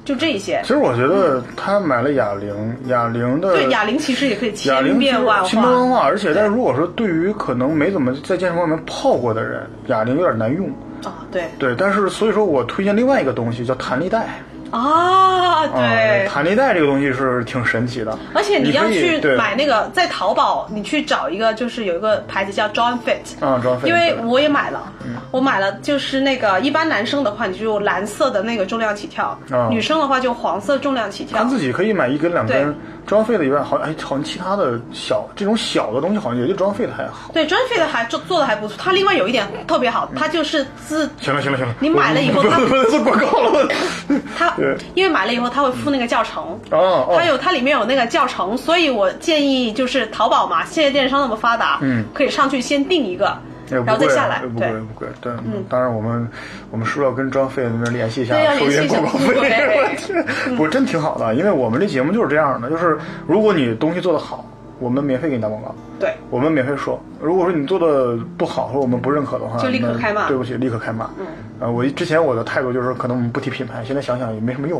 Speaker 2: 就这一些
Speaker 1: 其。实我觉得他买了哑铃，哑铃的
Speaker 2: 对哑铃其实也可以
Speaker 1: 哑铃
Speaker 2: 千变万
Speaker 1: 其实千变万
Speaker 2: 化，
Speaker 1: 化，而且但是如果说对于可能没怎么在健身房里面泡过的人，哑铃有点难用。
Speaker 2: 啊，对
Speaker 1: 对，但是所以说我推荐另外一个东西叫弹力带。
Speaker 2: 啊，
Speaker 1: 啊，
Speaker 2: 对。
Speaker 1: 弹力带这个东西是挺神奇的，
Speaker 2: 而且
Speaker 1: 你
Speaker 2: 你要
Speaker 1: 可以
Speaker 2: 去
Speaker 1: 对
Speaker 2: 买那个，在淘宝你去找一个，就是有一个牌子叫 John Fit，
Speaker 1: 啊，装费。
Speaker 2: 因为
Speaker 1: 对嗯
Speaker 2: 我也买了，我买了就是那个一般男生的话，你就蓝色的那个重量起跳，
Speaker 1: 啊
Speaker 2: 女生的话就黄色重量起跳
Speaker 1: 他。自己可以买一根两根
Speaker 2: 对，
Speaker 1: 装费的以外，好像哎，好像其他的小这种小的东西好像也就装费的还好。
Speaker 2: 对，专费的还做做的还不错。它另外有一点特别好，它就是自
Speaker 1: 行了行了行了，
Speaker 2: 你买了以后
Speaker 1: 不
Speaker 2: 它
Speaker 1: 不能做广告了。
Speaker 2: (laughs) 它
Speaker 1: 对，
Speaker 2: 因为买了以后它会附那个教程。
Speaker 1: 哦哦，
Speaker 2: 它有它里面有那个教程，所以我建议就是淘宝嘛，现在电商那么发达，
Speaker 1: 嗯
Speaker 2: 可以上去先订一个，
Speaker 1: 也
Speaker 2: 然
Speaker 1: 不
Speaker 2: 后
Speaker 1: 贵，啊
Speaker 2: 再下来
Speaker 1: 也，不贵
Speaker 2: 对嗯
Speaker 1: 也不贵，对，当然我们我们是不是要跟张飞那边联系一下
Speaker 2: 对要，嗯
Speaker 1: 收一点
Speaker 2: 联系一下
Speaker 1: 广告费？我不是真挺好的，因为我们这节目就是这样的，就是如果你东西做得好，我们免费给你打广告，
Speaker 2: 对，
Speaker 1: 我们免费说。如果说你做的不好或者我们不认可的话，
Speaker 2: 就立刻
Speaker 1: 那
Speaker 2: 开骂
Speaker 1: 对不起，立刻开骂。嗯，呃，我之前我的态度就是，可能我们不提品牌，现在想想也没什么用，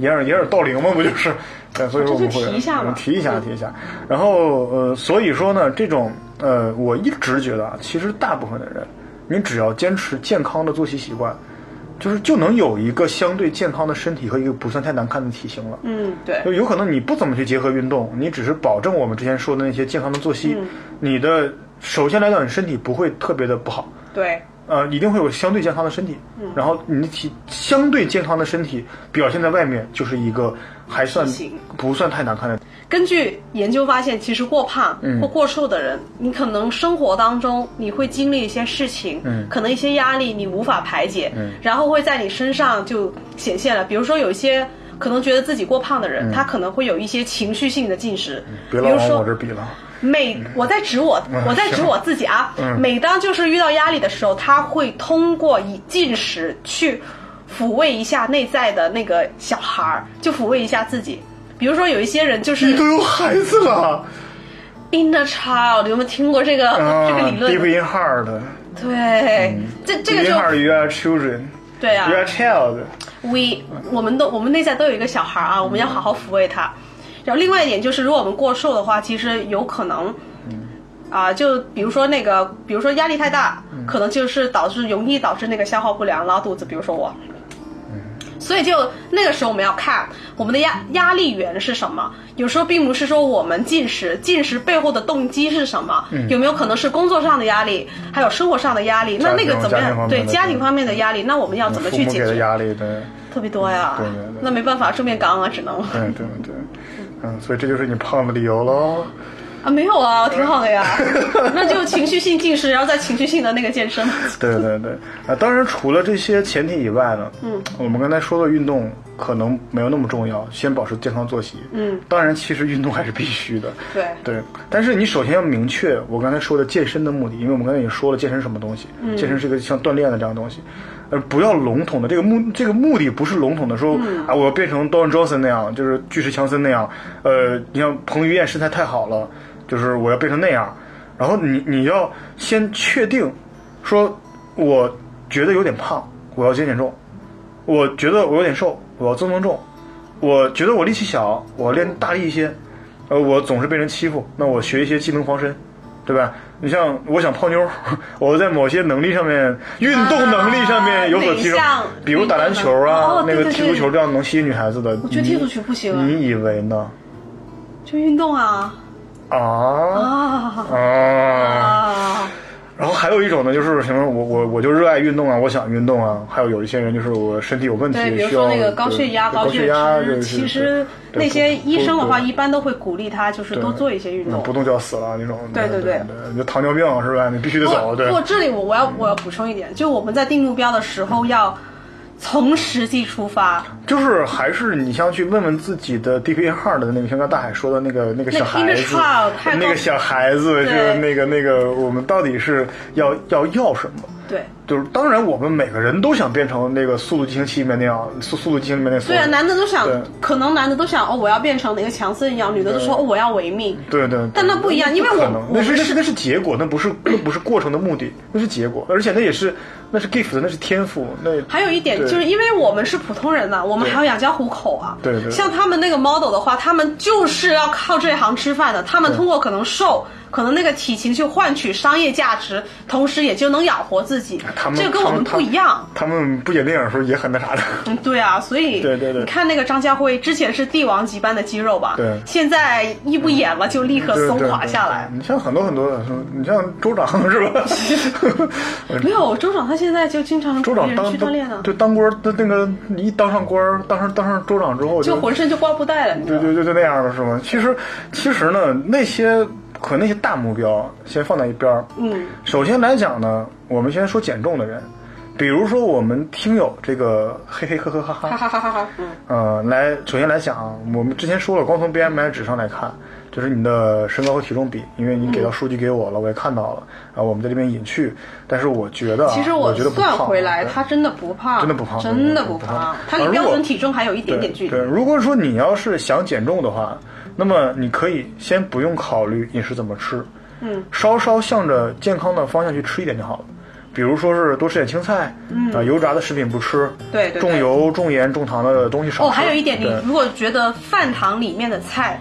Speaker 1: 掩耳掩耳盗铃嘛，不就是？ (laughs) 对，所以说我们会
Speaker 2: 这就提一下嘛
Speaker 1: 嗯提一下，提一下。然后呃，所以说呢，这种呃，我一直觉得啊，其实大部分的人，你只要坚持健康的作息习惯，就是就能有一个相对健康的身体和一个不算太难看的体型了。
Speaker 2: 嗯，对，
Speaker 1: 就有可能你不怎么去结合运动，你只是保证我们之前说的那些健康的作息，
Speaker 2: 嗯
Speaker 1: 你的首先来讲，你身体不会特别的不好，
Speaker 2: 对，
Speaker 1: 呃，一定会有相对健康的身体。
Speaker 2: 嗯
Speaker 1: 然后你的体相对健康的身体表现在外面，就是一个还算
Speaker 2: 体型
Speaker 1: 不算太难看的。
Speaker 2: 根据研究发现，其实过胖
Speaker 1: 嗯
Speaker 2: 或过瘦的人，你可能生活当中你会经历一些事情，
Speaker 1: 嗯
Speaker 2: 可能一些压力你无法排解，然后会在你身上就显现了。比如说有一些可能觉得自己过胖的人，他可能会有一些情绪性的进食，
Speaker 1: 嗯别
Speaker 2: 比
Speaker 1: 老
Speaker 2: 如
Speaker 1: 往我
Speaker 2: 说
Speaker 1: 这嗯比了，
Speaker 2: 每我在指我
Speaker 1: (laughs)
Speaker 2: 我在指我自己啊，
Speaker 1: 嗯
Speaker 2: 每当就是遇到压力的时候，他会通过以进食去抚慰一下内在的那个小孩儿，就抚慰一下自己。比如说有一些人就是
Speaker 1: 你都有孩子了
Speaker 2: inner child，你有没有听过 (laughs) 这个、
Speaker 1: 啊
Speaker 2: 这个理
Speaker 1: ！Deep
Speaker 2: 论？
Speaker 1: in heart，
Speaker 2: 对，这这
Speaker 1: deep
Speaker 2: 个
Speaker 1: in
Speaker 2: 就
Speaker 1: heart you are children，you
Speaker 2: 对啊
Speaker 1: are child。
Speaker 2: ，we 我们都我们内在都有一个小孩
Speaker 1: 嗯
Speaker 2: 儿啊，我们要好好抚慰他。然后另外一点就是，如果我们过瘦的话，其实有可能。
Speaker 1: 嗯
Speaker 2: 啊，就比如说那个，比如说压力太大，
Speaker 1: 嗯
Speaker 2: 可能就是导致容易导致那个消化不良、拉肚子。比如说我，
Speaker 1: 嗯
Speaker 2: 所以就那个时候我们要看我们的压压力源是什么。有时候并不是说我们进食，进食背后的动机是什么，
Speaker 1: 嗯
Speaker 2: 有没有可能是工作上的压力，还有生活上的压力？那
Speaker 1: 家
Speaker 2: 那
Speaker 1: 庭
Speaker 2: 个怎么
Speaker 1: 家庭方
Speaker 2: 样？对
Speaker 1: 面的
Speaker 2: 家庭方面的压力，那我们要怎么
Speaker 1: 嗯父
Speaker 2: 去
Speaker 1: 母
Speaker 2: 解
Speaker 1: 给的
Speaker 2: 决？
Speaker 1: 压力，对。
Speaker 2: 特别多呀，
Speaker 1: 对对对
Speaker 2: 那没办法，正面刚啊，只能
Speaker 1: 对对对，嗯，所以这就是你胖的理由喽。
Speaker 2: 啊，没有啊，挺好的
Speaker 1: (laughs)
Speaker 2: 呀，那就情绪性进食，然后再情绪性的那个健身。
Speaker 1: (laughs) 对对对，啊，当然除了这些前提以外呢，嗯，我们刚才说的运动可能没有那么重要，先保持健康作息。
Speaker 2: 嗯，
Speaker 1: 当然，其实运动还是必须的。
Speaker 2: 对
Speaker 1: 对，但是你首先要明确我刚才说的健身的目的，因为我们刚才也说了健身是什么东西，健身是一个像锻炼的这样的东西，呃，不要笼统的这个目这个目的不是笼统的说、啊，我要变成 Don Johnson 那样，就是巨石强森那样，呃，你像彭于晏身材太好了，就是我要变成那样，然后你你要先确定说我觉得有点胖，我要减减重，我觉得我有点瘦，我要增增重。我觉得我力气小，我练大力一些，呃，我总是被人欺负，那我学一些技能防身，对吧？你像我想泡妞儿， (laughs) 我在某些能力上面，运动能力上
Speaker 2: 啊
Speaker 1: 面有所提升，
Speaker 2: 哪项
Speaker 1: 比如打篮球啊，
Speaker 2: 哦对
Speaker 1: 那个
Speaker 2: 对对
Speaker 1: 踢足球这样能吸引女孩子的。
Speaker 2: 我觉得踢足球不行啊
Speaker 1: 你你以为呢？
Speaker 2: 就运动啊
Speaker 1: 啊
Speaker 2: 啊
Speaker 1: 啊
Speaker 2: 啊！
Speaker 1: 然后还有一种呢，就是什么我我我就热爱运动啊，我想运动啊。还有有一些人就是我身体有问题，
Speaker 2: 对，比如
Speaker 1: 需要
Speaker 2: 说那个高血压、
Speaker 1: 对高
Speaker 2: 血
Speaker 1: 压，对
Speaker 2: 脂，
Speaker 1: 对
Speaker 2: 其
Speaker 1: 对
Speaker 2: 实
Speaker 1: 对
Speaker 2: 那些
Speaker 1: 不
Speaker 2: 医生的话，
Speaker 1: 不
Speaker 2: 一般都会鼓励他就是
Speaker 1: 对
Speaker 2: 多做一些运
Speaker 1: 嗯
Speaker 2: 动。
Speaker 1: 不动就要死了那种。
Speaker 2: 对
Speaker 1: 对
Speaker 2: 对对
Speaker 1: 对，你就糖尿病是吧？你必须得
Speaker 2: 不
Speaker 1: 走。对
Speaker 2: 不，过这里我我要我要补充一点，就我们在定目标的时候要从实际出发。
Speaker 1: 就是还是你像去问问自己的 DPA 号的那个，像刚大海说的那个那个
Speaker 2: 那
Speaker 1: 小孩
Speaker 2: inner
Speaker 1: 子
Speaker 2: child，还，有
Speaker 1: 那
Speaker 2: 高
Speaker 1: 个小孩子，就是那个那个，我们到底是要要要什么？
Speaker 2: 对，
Speaker 1: 就是当然，我们每个人都想变成那个《速度激情七》里面那样，《速速度激情》里面那
Speaker 2: 对
Speaker 1: 索
Speaker 2: 啊，
Speaker 1: 尔
Speaker 2: 男的都想
Speaker 1: 对，
Speaker 2: 可能男的都想哦，我要变成哪个强森一样，女的都说哦，我要维命。
Speaker 1: 对对，对
Speaker 2: 但那不一样因为我
Speaker 1: 嗯可能那是那
Speaker 2: 我们是
Speaker 1: 是那是结果，那不是 (clears throat) 那不是过程的目的，那是结果，而且那也是那是 gift，那是天赋，那
Speaker 2: 还有一点
Speaker 1: 对
Speaker 2: 就是因为我们是普通人呐、我们
Speaker 1: 对
Speaker 2: 还要养家糊口啊。
Speaker 1: 对对对
Speaker 2: 像他们那个 model 的话，他们就是要靠这一行吃饭的。他们通过可能瘦，可能那个体型去换取商业价值，同时也就能养活自己。
Speaker 1: 哎他们
Speaker 2: 这个跟我们不一样。
Speaker 1: 他们他们不演电影的时候也很那啥的，
Speaker 2: 嗯，对啊，所以
Speaker 1: 对对对
Speaker 2: 你看那个张家辉之前是帝王级般的肌肉吧，
Speaker 1: 对
Speaker 2: 现在一不演了就立刻
Speaker 1: 对
Speaker 2: 松
Speaker 1: 对
Speaker 2: 垮
Speaker 1: 对
Speaker 2: 下来。
Speaker 1: 你像很多很多的，你像州长是吧？
Speaker 2: (laughs) 没有，州长他现在就经常
Speaker 1: 州
Speaker 2: 陪
Speaker 1: 长
Speaker 2: 人
Speaker 1: 当
Speaker 2: 去锻炼呢，
Speaker 1: 就当官儿，他那个一当上官儿，当上当上州长之后
Speaker 2: 就浑身就挂布袋了，你知
Speaker 1: 对
Speaker 2: 道吗？
Speaker 1: 对对，就那样的是吗？其实其实呢，那些可那些大目标先放在一边儿。
Speaker 2: 嗯，
Speaker 1: 首先来讲呢，我们先说减重的人，比如说我们听友这个嘿嘿呵呵哈哈
Speaker 2: 哈哈哈哈哈，嗯。
Speaker 1: 呃，来，首先来讲啊，我们之前说了，光从 BMI 指上来看，就是你的身高和体重比，因为你
Speaker 2: 嗯
Speaker 1: 给到数据给我了，我也看到了，然后我们在这边隐去，但是我觉得啊，
Speaker 2: 其实
Speaker 1: 我觉得不
Speaker 2: 算
Speaker 1: 胖啊
Speaker 2: 回来，
Speaker 1: 对
Speaker 2: 他真的不胖，
Speaker 1: 真的不胖
Speaker 2: 真的不
Speaker 1: 真的不
Speaker 2: 胖
Speaker 1: 胖，
Speaker 2: 他离
Speaker 1: 啊
Speaker 2: 标
Speaker 1: 如果
Speaker 2: 准体重还有一点点距
Speaker 1: 对。
Speaker 2: 离。
Speaker 1: 对，如果说你要是想减重的话，那么你可以先不用考虑饮食怎么吃，
Speaker 2: 嗯，
Speaker 1: 稍稍向着健康的方向去吃一点就好了。比如说是多吃点青菜，嗯，啊、油炸的食品不吃，
Speaker 2: 对对对
Speaker 1: 重油、重盐、重糖的东西少吃。
Speaker 2: 哦，还有一点，你
Speaker 1: 对嗯
Speaker 2: 如果觉得饭堂里面的菜。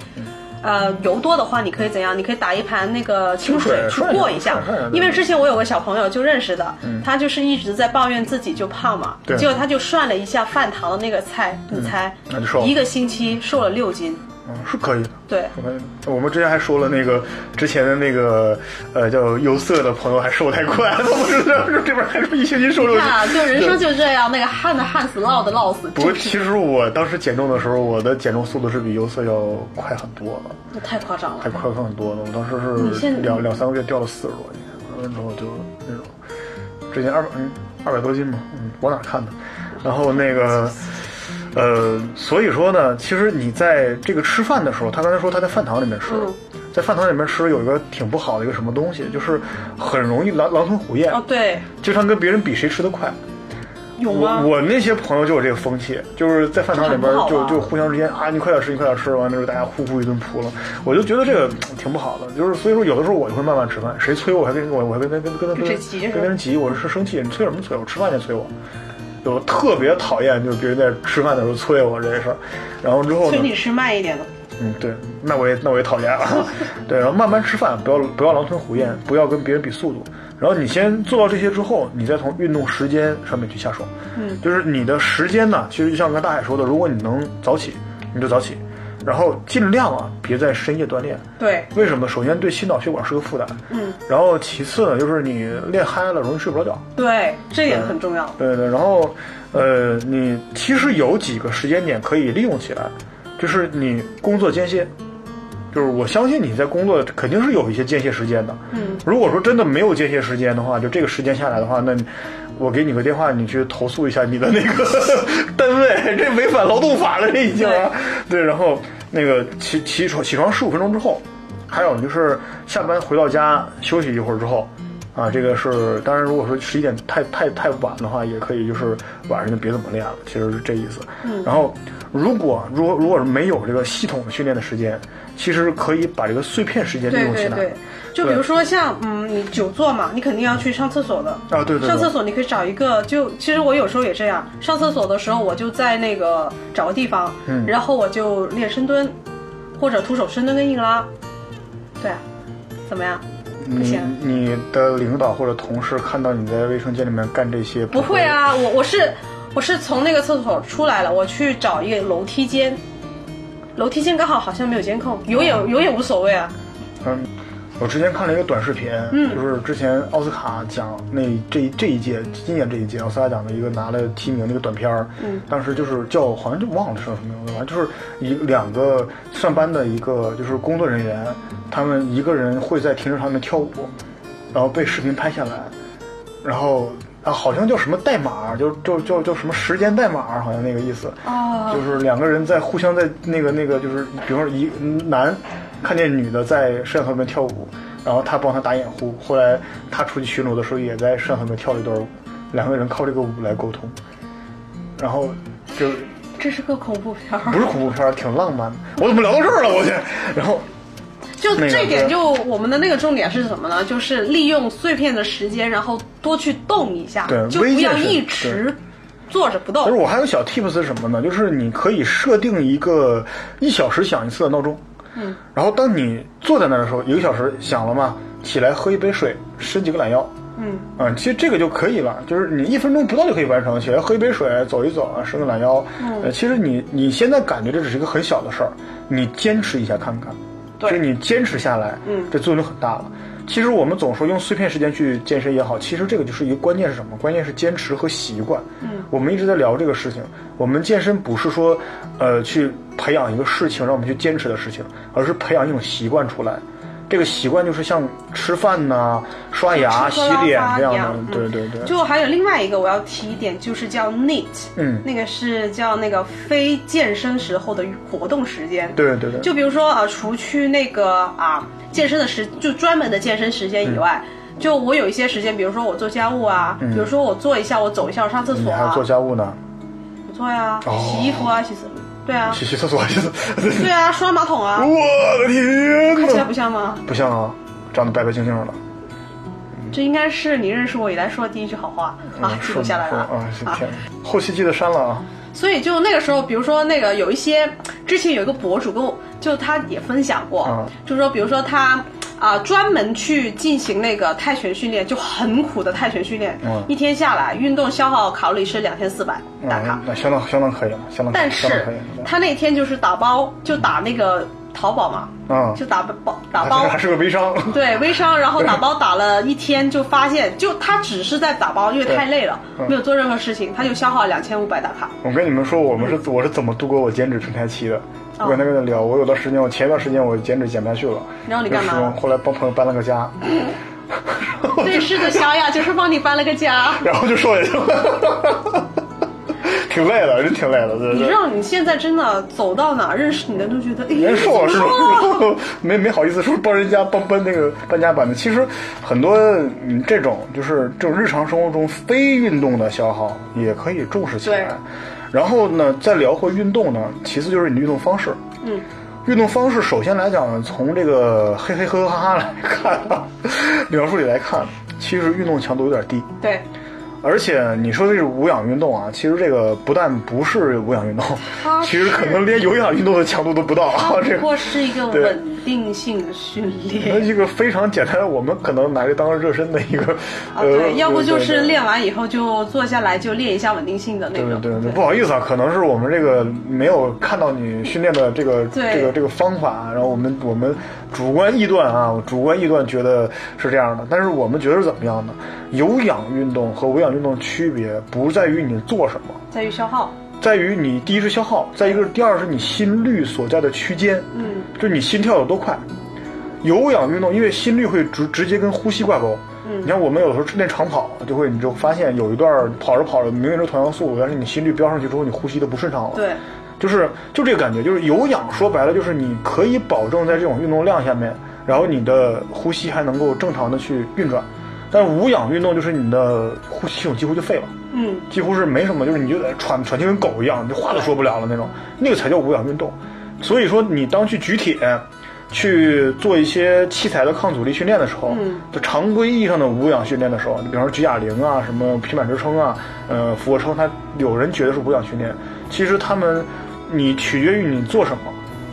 Speaker 2: 呃，油多的话，你可以怎样？你可以打一盘那个清水去
Speaker 1: 清水
Speaker 2: 过
Speaker 1: 涮一
Speaker 2: 一
Speaker 1: 下
Speaker 2: 下
Speaker 1: 涮一下，对嗯
Speaker 2: 因为之前我有个小朋友就认识的，他就是一直在抱怨自己就胖嘛，
Speaker 1: 对嗯
Speaker 2: 结果他就涮了一下饭堂的那个菜，你猜
Speaker 1: 那就瘦，了
Speaker 2: 一个星期瘦了六斤，
Speaker 1: 嗯是可以的。
Speaker 2: 对，
Speaker 1: 我们我们之前还说了那个之前的那个呃叫优色的朋友还瘦太快了，我是这这边还是一星期瘦六
Speaker 2: 你
Speaker 1: 斤
Speaker 2: 看啊，就人生就这样，那个旱的旱死，涝的涝死，
Speaker 1: 不过
Speaker 2: 真是
Speaker 1: 其实我当时减重的时候，我的减重速度是比优色要快很多了，
Speaker 2: 那太夸张了
Speaker 1: 还。快很多了。我当时
Speaker 2: 你
Speaker 1: 是
Speaker 2: 现
Speaker 1: 两两三个月掉了四十多斤，完了之后就那种，之前二百嗯二百多斤嘛，嗯，我哪看的？然后那个。呃，所以说呢，其实你在这个吃饭的时候，他刚才说他在饭堂里面吃，
Speaker 2: 嗯
Speaker 1: 在饭堂里面吃有一个挺不好的一个什么东西，就是很容易狼狼吞虎咽，
Speaker 2: 哦，对，
Speaker 1: 经常跟别人比谁吃得快。
Speaker 2: 有吗？
Speaker 1: 我我那些朋友就有这个风气，就是在饭堂里边
Speaker 2: 这很不好
Speaker 1: 就
Speaker 2: 吧
Speaker 1: 就互相之间啊，你快点吃，你快点吃，完了之后大家呼呼一顿扑了。我就觉得这个嗯挺不好的，就是所以说有的时候我就会慢慢吃饭，谁催我我还跟人我我还跟跟跟跟跟
Speaker 2: 这急是吧
Speaker 1: 跟人急，我是生气，你催什么催我？吃饭就催我。我特别讨厌就是别人在吃饭的时候催我这事儿，然后之后
Speaker 2: 所以
Speaker 1: 呢
Speaker 2: 你，吃慢一点的。
Speaker 1: 嗯，对，那我也那我也讨厌啊。 (laughs) 对，然后慢慢吃饭，不要不要狼吞虎咽，不要跟别人比速度。然后你先做到这些之后，你再从运动时间上面去下手。
Speaker 2: 嗯，
Speaker 1: 就是你的时间呢，其实就像刚大海说的，如果你能早起，你就早起，然后尽量啊别在深夜锻炼。
Speaker 2: 对，
Speaker 1: 为什么呢？首先对心脑血管是个负担，
Speaker 2: 嗯，
Speaker 1: 然后其次呢，就是你练嗨了容易睡不着觉。
Speaker 2: 对，这
Speaker 1: 嗯
Speaker 2: 点很重要。
Speaker 1: 对对，然后，呃，你其实有几个时间点可以利用起来，就是你工作间歇，就是我相信你在工作肯定是有一些间歇时间的。
Speaker 2: 嗯，
Speaker 1: 如果说真的没有间歇时间的话，就这个时间下来的话，那你我给你个电话，你去投诉一下你的那个 (laughs) 单位，这违反劳动法了，这已经啊。对，然后那个起起床起床十五分钟之后，还有就是下班回到家休息一会儿之后，啊，这个是当然，如果说十一点太太太晚的话，也可以就是晚上就别怎么练了，其实是这意思。嗯、然后如果如果如果是没有这个系统的训练的时间，其实可以把这个碎片时间利
Speaker 2: 对
Speaker 1: 用起
Speaker 2: 对
Speaker 1: 来。
Speaker 2: 对，就比如说像嗯，你久坐嘛，你肯定要去上厕所的。
Speaker 1: 啊，对对对，
Speaker 2: 上厕所你可以找一个，就其实我有时候也这样，上厕所的时候我就在那个找个地方，
Speaker 1: 嗯
Speaker 2: 然后我就练深蹲，或者徒手深蹲跟硬拉。对啊，怎么样？不
Speaker 1: 你
Speaker 2: 行。
Speaker 1: 你的领导或者同事看到你在卫生间里面干这些，
Speaker 2: 不会，啊，我我是我是从那个厕所出来了，我去找一个楼梯间，楼梯间刚好好像没有监控，有也有也无所谓啊。
Speaker 1: 嗯，我之前看了一个短视频，就是之前奥斯卡奖那这一这一届，今年这一届奥斯卡奖的一个拿了提名的一个短片儿，当时就是叫好像就忘了是叫什么名字了，就是一两个上班的一个就是工作人员，他们一个人会在停车场里面跳舞，然后被视频拍下来，然后啊好像叫什么代码，就就就就什么时间代码，好像那个意思，
Speaker 2: 哦，
Speaker 1: 就是两个人在互相在那个那个，就是比方说一男看见女的在摄像头里面跳舞，然后他帮她打掩护，后来他出去巡逻的时候也在摄像头里面跳了一段舞，两个人靠这个舞来沟通，然后就
Speaker 2: 这是个恐怖片儿
Speaker 1: 不是恐怖片儿，挺浪漫的。我怎么聊到这儿了？我去，然后
Speaker 2: (laughs) 就
Speaker 1: 那个
Speaker 2: 这点，
Speaker 1: 是
Speaker 2: 就我们的那个重点是什么呢？就是利用碎片的时间，然后多去动一下
Speaker 1: 对，
Speaker 2: 就不要
Speaker 1: 微健身
Speaker 2: 一直坐着不动
Speaker 1: 但是。我还有小 tips 是什么呢？就是你可以设定一个一小时响一次的闹钟，
Speaker 2: 嗯，
Speaker 1: 然后当你坐在那儿的时候，一个小时响了嘛，起来喝一杯水，伸几个懒腰，
Speaker 2: 嗯，
Speaker 1: 啊，其实这个就可以了，就是你一分钟不到就可以完成，起来喝一杯水，走一走啊，伸个懒腰。
Speaker 2: 嗯
Speaker 1: 呃，其实你你现在感觉这只是一个很小的事儿，你坚持一下看看，
Speaker 2: 对
Speaker 1: 就是你坚持下来，
Speaker 2: 嗯
Speaker 1: 这作用就很大了。其实我们总说用碎片时间去健身也好，其实这个就是一个关键是什么？关键是坚持和习惯。
Speaker 2: 嗯，
Speaker 1: 我们一直在聊这个事情。我们健身不是说，呃，去培养一个事情让我们去坚持的事情，而是培养一种习惯出来。这个习惯就是像吃饭呐、刷牙、
Speaker 2: 吃
Speaker 1: 洗
Speaker 2: 喝拉
Speaker 1: 脸
Speaker 2: 撒
Speaker 1: 这样
Speaker 2: 一
Speaker 1: 的
Speaker 2: 样，
Speaker 1: 对
Speaker 2: 嗯
Speaker 1: 对对。
Speaker 2: 就还有另外一个我要提一点，就是叫 NEAT，
Speaker 1: 嗯
Speaker 2: 那个是叫那个非健身时候的活动时间。
Speaker 1: 对对对，
Speaker 2: 就比如说啊，除去那个啊健身的时，就专门的健身时
Speaker 1: 嗯
Speaker 2: 间以外，就我有一些时间，比如说我做家务啊，比如说我做一下，我走一下，我上厕
Speaker 1: 你
Speaker 2: 所
Speaker 1: 还
Speaker 2: 啊，
Speaker 1: 做家务呢，
Speaker 2: 我做呀，
Speaker 1: 哦
Speaker 2: 洗衣服啊，洗什么？对啊，
Speaker 1: 去去厕所去。
Speaker 2: (laughs) 对啊，刷马桶
Speaker 1: 哦
Speaker 2: 啊，
Speaker 1: 我的天
Speaker 2: 看起来
Speaker 1: 呐，
Speaker 2: 不像吗？
Speaker 1: 不像啊，长得白白净净的。
Speaker 2: 这应该是你认识我以来说的第一句好话啊
Speaker 1: 嗯，
Speaker 2: 记
Speaker 1: 说
Speaker 2: 录下来
Speaker 1: 说
Speaker 2: 了
Speaker 1: 啊，是
Speaker 2: 啊。
Speaker 1: 天呐，后期记得删了啊。
Speaker 2: 所以就那个时候，比如说那个有一些之前有一个博主跟我，就他也分享过，
Speaker 1: 嗯
Speaker 2: 就是说比如说他啊、专门去进行那个泰拳训练，就很苦的泰拳训练，
Speaker 1: 嗯
Speaker 2: 一天下来运动消耗卡路里是两千四百大卡，
Speaker 1: 嗯，那相当相当可以了，相当可以
Speaker 2: 但
Speaker 1: 相当
Speaker 2: 是
Speaker 1: 可以了。
Speaker 2: 他那天就是打包就打那个淘宝嘛，
Speaker 1: 嗯，
Speaker 2: 就打包打包
Speaker 1: 还还是个微商。 (laughs)
Speaker 2: 对微商，然后打包打了一天，就发现就他只是在打包，因为太累了，
Speaker 1: 嗯
Speaker 2: 没有做任何事情，他就消耗两千五百大
Speaker 1: (laughs)
Speaker 2: 卡。
Speaker 1: 我跟你们说，我们
Speaker 2: 嗯
Speaker 1: 是我是怎么度过我减脂平台期
Speaker 2: 哦
Speaker 1: 的。我跟他们聊，我有段时间，我前一段时间我减脂减不下去了。
Speaker 2: 然后你干嘛
Speaker 1: 那时候后来帮朋友搬了个家，
Speaker 2: 对，是的，小雅就是帮你搬了个
Speaker 1: (laughs)
Speaker 2: 家。
Speaker 1: 然后就瘦下去了，挺累的，真挺累的。对
Speaker 2: 你
Speaker 1: 对
Speaker 2: 知道你现在真的走到哪儿认识你的都觉得，哎，
Speaker 1: 人瘦了是吧
Speaker 2: 怎么？
Speaker 1: 然后没没好意思说帮人家帮搬那个搬家板的。其实很多嗯这种就是这种日常生活中非运动的消耗也可以重视起
Speaker 2: 对
Speaker 1: 来。然后呢，再聊回运动呢，其次就是你的运动方式。
Speaker 2: 嗯，
Speaker 1: 运动方式首先来讲呢，从这个嘿嘿呵呵哈哈来看啊，描述里来看，其实运动强度有点低。
Speaker 2: 对，
Speaker 1: 而且你说这是无氧运动啊，其实这个不但不是无氧运动
Speaker 2: 它，
Speaker 1: 其实
Speaker 2: 是
Speaker 1: 可能连有氧运动的强度都不到啊
Speaker 2: 它。
Speaker 1: 这
Speaker 2: 不
Speaker 1: 个
Speaker 2: 过是一个
Speaker 1: 对
Speaker 2: 稳定性的训
Speaker 1: 那
Speaker 2: 练。
Speaker 1: 一个非常简单的，我们可能拿这当热身的一个，
Speaker 2: 啊，
Speaker 1: 呃，
Speaker 2: 对，要不就是
Speaker 1: 对。
Speaker 2: 练完以后就坐下来就练一下稳定性的那
Speaker 1: 对对
Speaker 2: 种。
Speaker 1: 对对对，不好意思啊，可能是我们这个没有看到你训练的这个
Speaker 2: 对
Speaker 1: 这个这个方法，然后我们我们主观臆断啊，主观臆断觉得是这样的，但是我们觉得是怎么样的？有氧运动和无氧运动区别不在于你做什么，
Speaker 2: 在于消耗。
Speaker 1: 在于你第一是消耗，再一个第二是你心率所在的区间，
Speaker 2: 嗯，
Speaker 1: 就是你心跳有多快。有氧运动，因为心率会直直接跟呼吸挂钩。
Speaker 2: 嗯
Speaker 1: 你像我们有的时候练长跑，就会你就发现有一段儿跑着跑着，明明是同样速度，但是你心率飙上去之后，你呼吸都不顺畅了。，
Speaker 2: 对，
Speaker 1: 就是就这个感觉，就是有氧说白了就是你可以保证在这种运动量下面，然后你的呼吸还能够正常的去运转。但是无氧运动就是你的呼吸系统几乎就废了。
Speaker 2: 嗯，
Speaker 1: 几乎是没什么，就是你就得喘喘气跟狗一样，你就话都说不了了那种，那个才叫无氧运动。所以说，你当去举铁，去做一些器材的抗阻力训练的时候，
Speaker 2: 嗯
Speaker 1: 就常规意义上的无氧训练的时候，你比方说举哑铃啊、什么平板支撑啊、呃俯卧撑，它有人觉得是无氧训练，其实他们你取决于你做什么。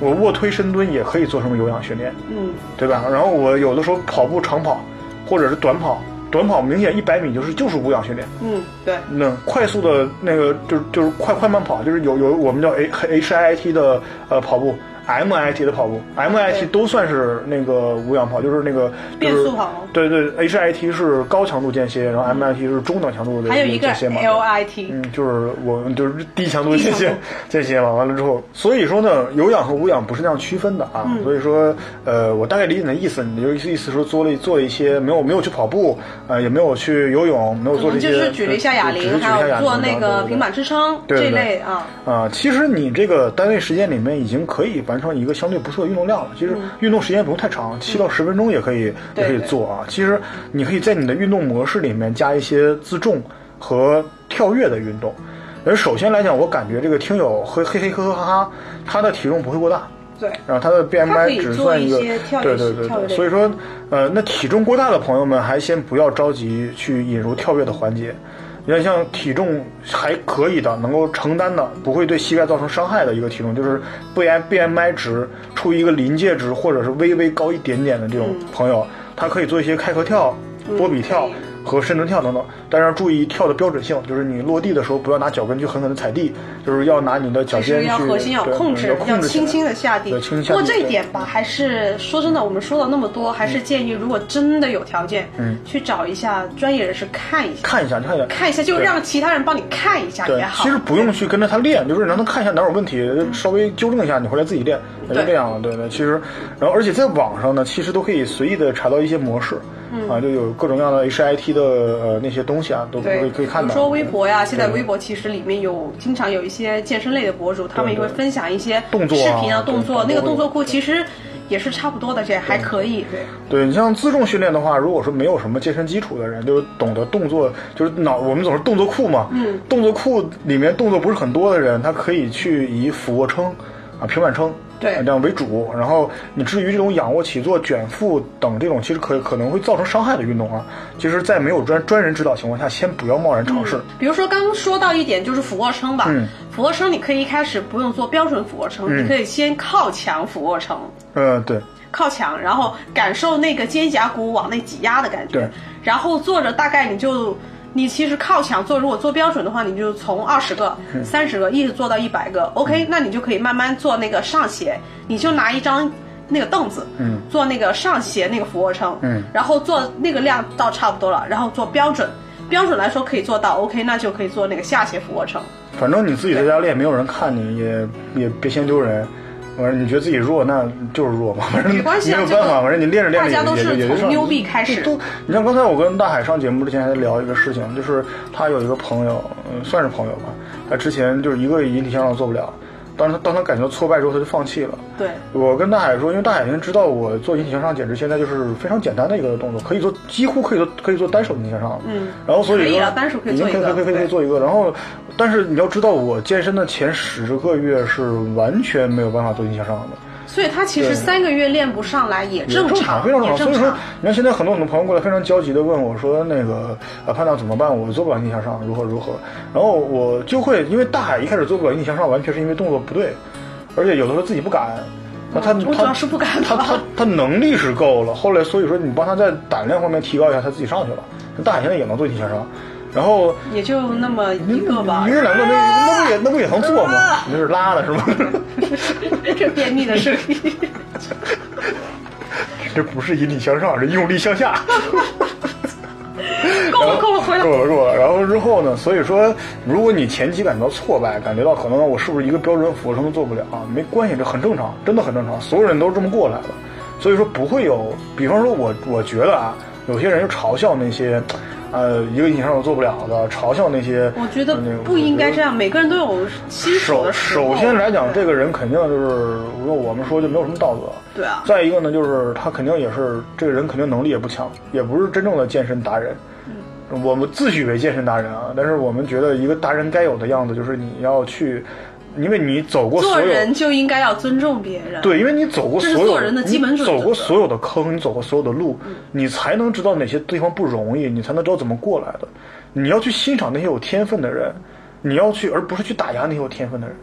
Speaker 1: 我卧推深蹲也可以做成有氧训练，
Speaker 2: 嗯，
Speaker 1: 对吧？然后我有的时候跑步长跑，或者是短跑，短跑明显一百米就是就是无氧训练。
Speaker 2: 嗯，对，
Speaker 1: 那快速的那个就是就是快快慢跑，就是有有我们叫 H H I I T 的呃跑步， MIT 的跑步，MIT 都算是那个无氧跑，就是那个、就是、
Speaker 2: 变速跑吗
Speaker 1: 对对，HIT 是高强度间歇，然后 MIT 是中等强度的
Speaker 2: 还有一个
Speaker 1: 间歇嘛。对
Speaker 2: LIT，
Speaker 1: 嗯，就是我就是低强度间
Speaker 2: 低强
Speaker 1: 歇
Speaker 2: 度
Speaker 1: 间歇嘛，完了之后，所以说呢，有氧和无氧不是那样区分的啊。
Speaker 2: 嗯
Speaker 1: 所以说，呃，我大概理解你的意思，你的意思说做了做了一些没有没有去跑步，呃，也没有去游泳，没有
Speaker 2: 我
Speaker 1: 做这
Speaker 2: 们
Speaker 1: 些，
Speaker 2: 就是举了一下哑
Speaker 1: 对只是举了
Speaker 2: 铃，
Speaker 1: 一
Speaker 2: 还
Speaker 1: 下哑铃啊
Speaker 2: 有做那
Speaker 1: 对
Speaker 2: 个
Speaker 1: 对对
Speaker 2: 平板支撑
Speaker 1: 对对
Speaker 2: 这
Speaker 1: 对
Speaker 2: 类啊。
Speaker 1: 啊，其实你这个单位时间里面已经可以完成一个相对不错的运动量了。其实运动时间不用太长，七到十分钟也可以，
Speaker 2: 对
Speaker 1: 也可以
Speaker 2: 嗯对
Speaker 1: 做啊。其实你可以在你的运动模式里面加一些自重和跳跃的运动。而首先来讲，我感觉这个听友和嘿嘿呵呵哈哈，他的体重不会过大。
Speaker 2: 对，
Speaker 1: 然后他的
Speaker 2: 它可以
Speaker 1: BMI 只算个
Speaker 2: 做一些，跳跃
Speaker 1: 对对对
Speaker 2: 跳跃类
Speaker 1: 对，所以说，呃，那体重过大的朋友们还先不要着急去引入跳跃的环节，你看像体重还可以的，能够承担的，不会对膝盖造成伤害的一个体重，就是 BM BMI 值处于一个临界值或者是微微高一点点的这种朋友，他可以做一些开合跳、波比跳。
Speaker 2: 嗯可以
Speaker 1: 和深蹲跳等等，但是要注意跳的标准性，就是你落地的时候不要拿脚跟去狠狠的踩地，就是要拿你的脚
Speaker 2: 但
Speaker 1: 尖
Speaker 2: 是
Speaker 1: 去，
Speaker 2: 要核心要
Speaker 1: 对嗯
Speaker 2: 控
Speaker 1: 要
Speaker 2: 制，
Speaker 1: 控
Speaker 2: 要
Speaker 1: 制起
Speaker 2: 轻
Speaker 1: 来
Speaker 2: 轻的下地。
Speaker 1: 对轻轻下
Speaker 2: 不过
Speaker 1: 地
Speaker 2: 这一
Speaker 1: 对
Speaker 2: 点吧，还是说真的，我们说了那么多，还是建议如果真的有条件，
Speaker 1: 嗯，
Speaker 2: 去找一下专业人士看一下，
Speaker 1: 看一下，看一下，
Speaker 2: 看一下，就
Speaker 1: 对
Speaker 2: 让其他人帮你看一下
Speaker 1: 对
Speaker 2: 也，好。
Speaker 1: 其实不用去跟着他练，就是让他看一下哪有问题，稍微纠正一下，你回来自己练，也就
Speaker 2: 对
Speaker 1: 这样了。对对，其实，然后而且在网上呢，其实都可以随意的查到一些模式，啊，
Speaker 2: 嗯
Speaker 1: 就有各种各样的 HIT 的呃那些东西啊，都可
Speaker 2: 对
Speaker 1: 以，可以看
Speaker 2: 比
Speaker 1: 到。
Speaker 2: 如说微博呀，现在
Speaker 1: 对
Speaker 2: 微博其实里面有经常有一些健身类的博主，他们也会分享一些
Speaker 1: 动作啊
Speaker 2: 视频啊、动作，
Speaker 1: 对
Speaker 2: 那个
Speaker 1: 动作
Speaker 2: 动作库其实也是差不多的，这还可以。对，
Speaker 1: 对你像自重训练的话，如果说没有什么健身基础的人，就是懂得动作，就是脑我们总是动作库嘛，嗯，动作库里面动作不是很多的人，他可以去以俯卧撑啊、平板撑。
Speaker 2: 对
Speaker 1: 啊这样为主。然后你至于这种仰卧起坐、卷腹等这种，其实可可能会造成伤害的运动啊，其实，在没有专专人指导情况下，先不要贸然尝试。
Speaker 2: 比如说刚刚说到一点就是俯卧撑吧
Speaker 1: 嗯，
Speaker 2: 俯卧撑你可以一开始不用做标准俯卧撑，你可以先靠墙俯卧撑。
Speaker 1: 嗯、对，
Speaker 2: 靠墙，然后感受那个肩胛骨往内挤压的感
Speaker 1: 对
Speaker 2: 觉，然后坐着大概你就，你其实靠墙坐，如果做标准的话，你就从二十个、
Speaker 1: 嗯
Speaker 2: 三十个一直做到一百个，OK，那你就可以慢慢做那个上斜，你就拿一张。那个凳子，
Speaker 1: 嗯，
Speaker 2: 做那个上斜那个俯卧撑，
Speaker 1: 嗯，
Speaker 2: 然后做那个量到差不多了，然后做标准，标准来说可以做到 OK，那就可以做那个下斜俯卧撑。
Speaker 1: 反正你自己在家练，没有人看你，也也别嫌丢人。完了，你觉得自己弱，那就是弱嘛，反正
Speaker 2: 没关系啊
Speaker 1: 有办
Speaker 2: 这
Speaker 1: 法，
Speaker 2: 个
Speaker 1: 反正你练着练着也
Speaker 2: 大家都是
Speaker 1: 也就也就
Speaker 2: 从
Speaker 1: 上
Speaker 2: 牛逼开始
Speaker 1: 都，你像刚才我跟大海上节目之前还在聊一个事情，就是他有一个朋友，嗯算是朋友吧，他之前就是一个引体向上做不了，当他当他感觉到挫败之后，他就放弃了。
Speaker 2: 对，
Speaker 1: 我跟大海说，因为大海已经知道我做引体向上，简直现在就是非常简单的一个动作，可以做几乎可以做可以做单手引体向上。
Speaker 2: 嗯，
Speaker 1: 然后所以
Speaker 2: 可以
Speaker 1: 说
Speaker 2: 了单手可以
Speaker 1: 已经
Speaker 2: 做一个
Speaker 1: 可以可以可以
Speaker 2: 对
Speaker 1: 做一个。然后，但是你要知道，我健身的前十个月是完全没有办法做引体向上的。
Speaker 2: 所以他其实三个月练不上来也
Speaker 1: 也
Speaker 2: 正常，
Speaker 1: 非常
Speaker 2: 也
Speaker 1: 正常。所
Speaker 2: 正
Speaker 1: 以说
Speaker 2: 常。，
Speaker 1: 你看现在很多很多朋友过来非常焦急的问我说：“哎那个呃，潘导怎么办？我做不了逆向上，如何如何？”然后我就会因为大海一开始做不了逆向上，完全是因为动作不对，而且有的时候自己不敢。那呃他、
Speaker 2: 嗯我
Speaker 1: 他
Speaker 2: 主要是不敢
Speaker 1: 他
Speaker 2: 吧
Speaker 1: 他他能力是够了，后来所以说你帮他在胆量方面提高一下，他自己上去了。大海现在也能做逆向上，然后
Speaker 2: 也就那么一个吧
Speaker 1: 一，个两个那那不也那不也能做
Speaker 2: (laughs)
Speaker 1: 吗？你那是拉的是吗？
Speaker 2: 这便秘
Speaker 1: (laughs)
Speaker 2: 的声音。
Speaker 1: 这不是引体向上，是用力向下。
Speaker 2: 够了够了，回来
Speaker 1: 够。了够了。然后之后呢，所以说，如果你前期感觉到挫败，感觉到可能我是不是一个标准俯卧撑都做不了，没关系，这很正常，真的很正常，所有人都是这么过来的。所以说不会有，比方说我我觉得啊，有些人就嘲笑那些，呃，一个引体向上做不了的，嘲笑那些，
Speaker 2: 我觉得
Speaker 1: 呃那个
Speaker 2: 不应该这样，每个人都有新手
Speaker 1: 首
Speaker 2: 的时候。
Speaker 1: 首先来讲，
Speaker 2: 对
Speaker 1: 这个人肯定就是用我们说就没有什么道德。
Speaker 2: 对啊
Speaker 1: 再一个呢，就是他肯定也是这个人肯定能力也不强，也不是真正的健身达人。我们自诩为健身达人啊，但是我们觉得一个达人该有的样子就是你要去，因为你走过
Speaker 2: 做
Speaker 1: 所有。
Speaker 2: 人就应该要尊重别人。，
Speaker 1: 对，因为你走过
Speaker 2: 这是
Speaker 1: 所有
Speaker 2: 做人的基本准则
Speaker 1: 你走过所有的坑，你走过所有的路，你才能知道哪些地方不容易，你才能知道怎么过来的。你要去欣赏那些有天分的人，你要去，而不是去打压那些有天分的人。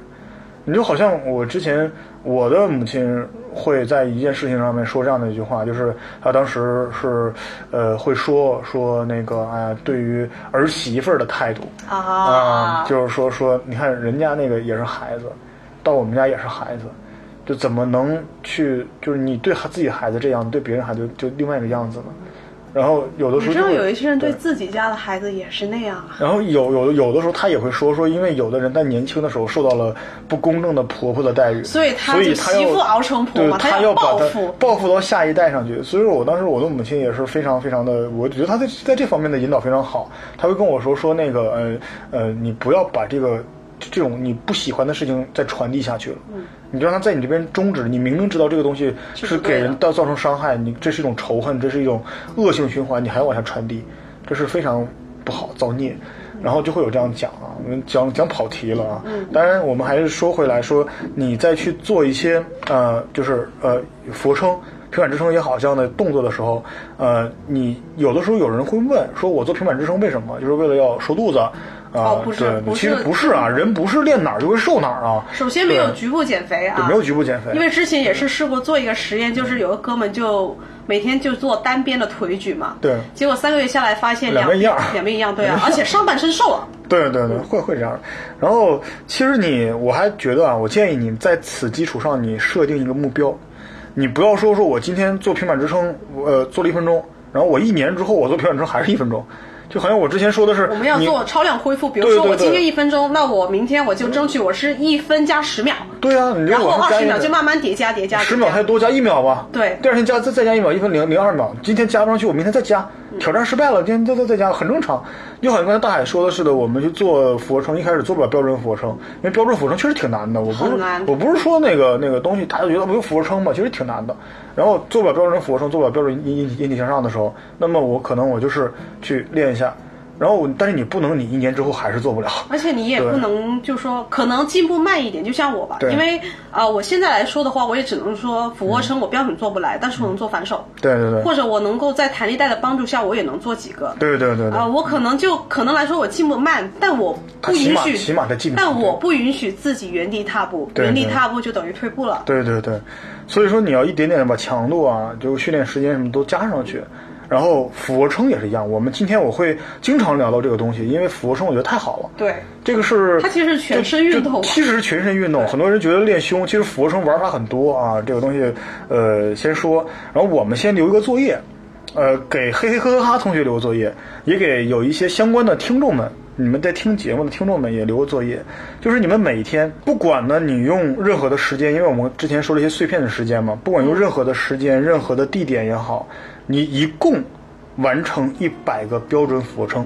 Speaker 1: 你就好像我之前，我的母亲会在一件事情上面说这样的一句话，就是她当时是，呃，会说说那个啊、哎对于儿媳妇儿的态度，啊
Speaker 2: 啊，
Speaker 1: 就是说说，你看人家那个也是孩子，到我们家也是孩子，就怎么能去，就是你对自己孩子这样，对别人孩子就另外一个样子呢？然后有的时候
Speaker 2: 你知
Speaker 1: 就
Speaker 2: 道
Speaker 1: 会
Speaker 2: 有一些人对自己家的孩子也是那样啊。
Speaker 1: 然后有有有的时候他也会说说，因为有的人在年轻的时候受到了不公正的婆婆的待遇，
Speaker 2: 所以他
Speaker 1: 所以
Speaker 2: 就
Speaker 1: 他
Speaker 2: 媳
Speaker 1: 要
Speaker 2: 妇熬成婆
Speaker 1: 对
Speaker 2: 嘛他
Speaker 1: 他
Speaker 2: 要
Speaker 1: 要把
Speaker 2: 报
Speaker 1: 他
Speaker 2: 复
Speaker 1: 报复到下一代上去。所以我当时我的母亲也是非常非常的，我觉得她在在这方面的引导非常好。她会跟我说说那个呃呃，你不要把这个这种你不喜欢的事情再传递下去了，你就让它在你这边终止。你明明知道这个东西
Speaker 2: 嗯是
Speaker 1: 是
Speaker 2: 不
Speaker 1: 给
Speaker 2: 对的
Speaker 1: 人造造成伤害，你这是一种仇恨，这是一种恶性循环，你还要往下传递，这是非常不好造孽。然后就会有这样讲啊，我们讲讲跑题了啊。
Speaker 2: 嗯
Speaker 1: 当然，我们还是说回来说，你再去做一些呃，就是呃俯卧撑、平板支撑也好这样的动作的时候，呃，你有的时候有人会问说，我做平板支撑为什么？就是为了要瘦肚子啊、
Speaker 2: 哦不是
Speaker 1: 对，
Speaker 2: 不是
Speaker 1: 其实不是啊，人不是练哪儿就会瘦哪儿啊。
Speaker 2: 首先没有
Speaker 1: 对
Speaker 2: 局部减肥
Speaker 1: 对
Speaker 2: 啊，
Speaker 1: 没有局部减肥，
Speaker 2: 因为之前也是试过做一个实验，就是有个哥们就每天就做单边的腿举嘛，
Speaker 1: 对
Speaker 2: 结果三个月下来发现
Speaker 1: 两边
Speaker 2: 边
Speaker 1: 一样
Speaker 2: 两边一样，对
Speaker 1: (laughs)
Speaker 2: 啊，而且上半身瘦了，
Speaker 1: 对对对，
Speaker 2: 嗯
Speaker 1: 会会这样。然后，其实你，我还觉得啊，我建议你在此基础上，你设定一个目标，你不要说说我今天做平板支撑，呃，做了一分钟，然后我一年之后我做平板支撑还是一分钟，就好像我之前说的是，
Speaker 2: 我们要
Speaker 1: 你
Speaker 2: 做超量恢复，比如
Speaker 1: 对
Speaker 2: 说
Speaker 1: 对
Speaker 2: 我今
Speaker 1: 对
Speaker 2: 天一分钟，那我明天我就争取我是一分加十秒，
Speaker 1: 对啊，你就
Speaker 2: 然后
Speaker 1: 往上
Speaker 2: 二
Speaker 1: 加
Speaker 2: 十
Speaker 1: 一
Speaker 2: 秒就
Speaker 1: 点
Speaker 2: 慢慢叠加叠加，
Speaker 1: 十秒还多加一秒吧。
Speaker 2: 对
Speaker 1: 第二天加再再加一秒，一分零零二秒。今天加不上去，我明天再加，
Speaker 2: 嗯
Speaker 1: 挑战失败了，今天再再再加，很正常。就好像刚才大海说的似的，我们去做俯卧撑，一开始做不了标准俯卧撑，因为标准俯卧撑确实挺难的。我不是
Speaker 2: 很难
Speaker 1: 我不是说那个那个东西，大家觉得不就俯卧撑嘛，其实挺难的。然后做不了标准俯卧撑，做不了标准引引引体向上的时候，那么我可能我就是去练一下，然后我但是你不能，你一年之后还是做不了。
Speaker 2: 而且你也
Speaker 1: 对
Speaker 2: 不能就说可能进步慢一点，就像我吧，
Speaker 1: 对
Speaker 2: 因为啊、呃我现在来说的话，我也只能说俯卧撑我标准做不来，但是我能做反手，
Speaker 1: 对嗯对对，
Speaker 2: 或者我能够在弹力带的帮助下，我也能做几个。
Speaker 1: 对对对
Speaker 2: 啊、
Speaker 1: 对，
Speaker 2: 我可能就可能来说我进步慢，但我不
Speaker 1: 他起
Speaker 2: 允
Speaker 1: 码
Speaker 2: 许，
Speaker 1: 起码得进步
Speaker 2: 但
Speaker 1: 对
Speaker 2: 我不允许自己原地踏步，
Speaker 1: 对
Speaker 2: 原地
Speaker 1: 对
Speaker 2: 踏步就等于退步了。
Speaker 1: 对对对，所以说你要一点点的把强度啊，就训练时间什么都加上去。然后俯卧撑也是一样，我们今天我会经常聊到这个东西，因为俯卧撑我觉得太好了。
Speaker 2: 对，
Speaker 1: 这个是
Speaker 2: 它其实是全身运动啊
Speaker 1: 这这其实是全身运动。很多人觉得练胸，其实俯卧撑玩法很多啊。这个东西，呃，先说，然后我们先留一个作业，呃，给嘿嘿呵呵哈同学留个作业，也给有一些相关的听众们。你们在听节目的听众们也留个作业，就是你们每天不管呢，你用任何的时间，因为我们之前说了一些碎片的时间嘛，不管用任何的时间、任何的地点也好，你一共完成一百个标准俯卧撑。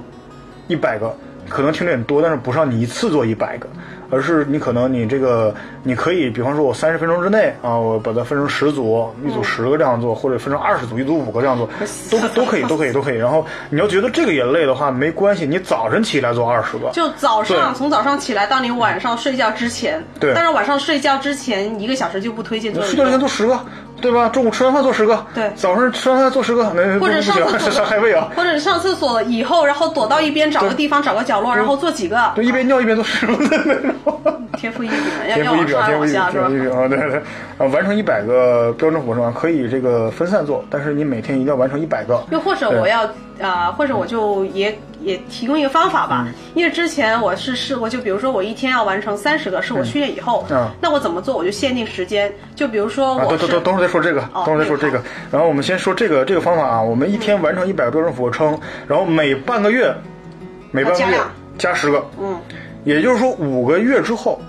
Speaker 1: 一百个，可能听着很多，但是不是让你一次做一百个，而是你可能你这个你可以，比方说我三十分钟之内啊，我把它分成十组，一
Speaker 2: 嗯
Speaker 1: 组十个这样做，或者分成二十组，一组五个这样做，都都可以，都可以，都可以。然后你要觉得这个也累的话，没关系，你早晨起来做二十个，
Speaker 2: 就早上
Speaker 1: 对
Speaker 2: 从早上起来到你晚上睡觉之前，
Speaker 1: 对
Speaker 2: 但是晚上睡觉之前一个小时就不推荐做
Speaker 1: 睡
Speaker 2: 运
Speaker 1: 觉之前做
Speaker 2: 动。
Speaker 1: 十个，对吧？中午吃完饭做十个，
Speaker 2: 对
Speaker 1: 早上吃完饭做十个，那
Speaker 2: 或者
Speaker 1: 不
Speaker 2: 上
Speaker 1: 行，
Speaker 2: 厕
Speaker 1: 是
Speaker 2: 所，
Speaker 1: (laughs) 伤害胃啊。
Speaker 2: 或者上厕所以后，然后躲到一边，找个
Speaker 1: 对
Speaker 2: 地方，找个角落，然后做几个，
Speaker 1: 对，一边尿一边做十个的那种。
Speaker 2: 天赋异禀，要
Speaker 1: 天
Speaker 2: 要
Speaker 1: 赋异
Speaker 2: 往
Speaker 1: 禀，
Speaker 2: 上还
Speaker 1: 天赋
Speaker 2: 往
Speaker 1: 异禀，
Speaker 2: 下是
Speaker 1: 天
Speaker 2: 吧
Speaker 1: 赋？异禀啊！对对，啊，完成一百个标准俯卧撑啊可以这个分散做，但是你每天一定要完成一百个。
Speaker 2: 又或者
Speaker 1: 对嗯
Speaker 2: 我要啊、或者我就也也提供一个方法吧，因为之前我是试过，就比如说我一天要完成三十个，是我训练以后，
Speaker 1: 嗯
Speaker 2: 那我怎么做？我就限定时间，就比如说
Speaker 1: 啊，
Speaker 2: 我
Speaker 1: 等
Speaker 2: 是、
Speaker 1: 等等，等会儿再说这个，
Speaker 2: 哦
Speaker 1: 等会儿再说这个。然后我们先说这个这个方法啊，我们一天完成一百个标准俯卧撑，然后每半个月，每半个
Speaker 2: 加
Speaker 1: 月
Speaker 2: 量
Speaker 1: 加十个，
Speaker 2: 嗯，
Speaker 1: 也就是说五个月之后，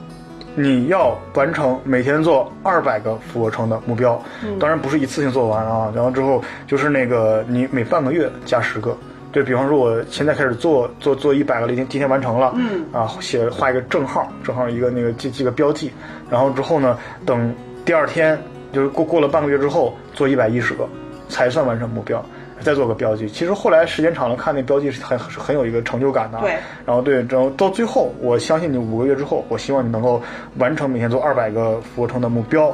Speaker 1: 你要完成每天做二百个俯卧撑的目标。
Speaker 2: 嗯
Speaker 1: 当然不是一次性做完啊，然后之后就是那个你每半个月加十个。对比方说，我现在开始做做做一百个了，已经今天完成了，
Speaker 2: 嗯
Speaker 1: 啊，写画一个正号，正号一个那个记记个标记，然后之后呢，等第二天就是过过了半个月之后，做一百一十个，才算完成目标，再做个标记。其实后来时间长了，看那标记是很是很有一个成就感的啊，
Speaker 2: 对
Speaker 1: 然后对，然后到最后，我相信你五个月之后，我希望你能够完成每天做二百个俯卧撑的目标。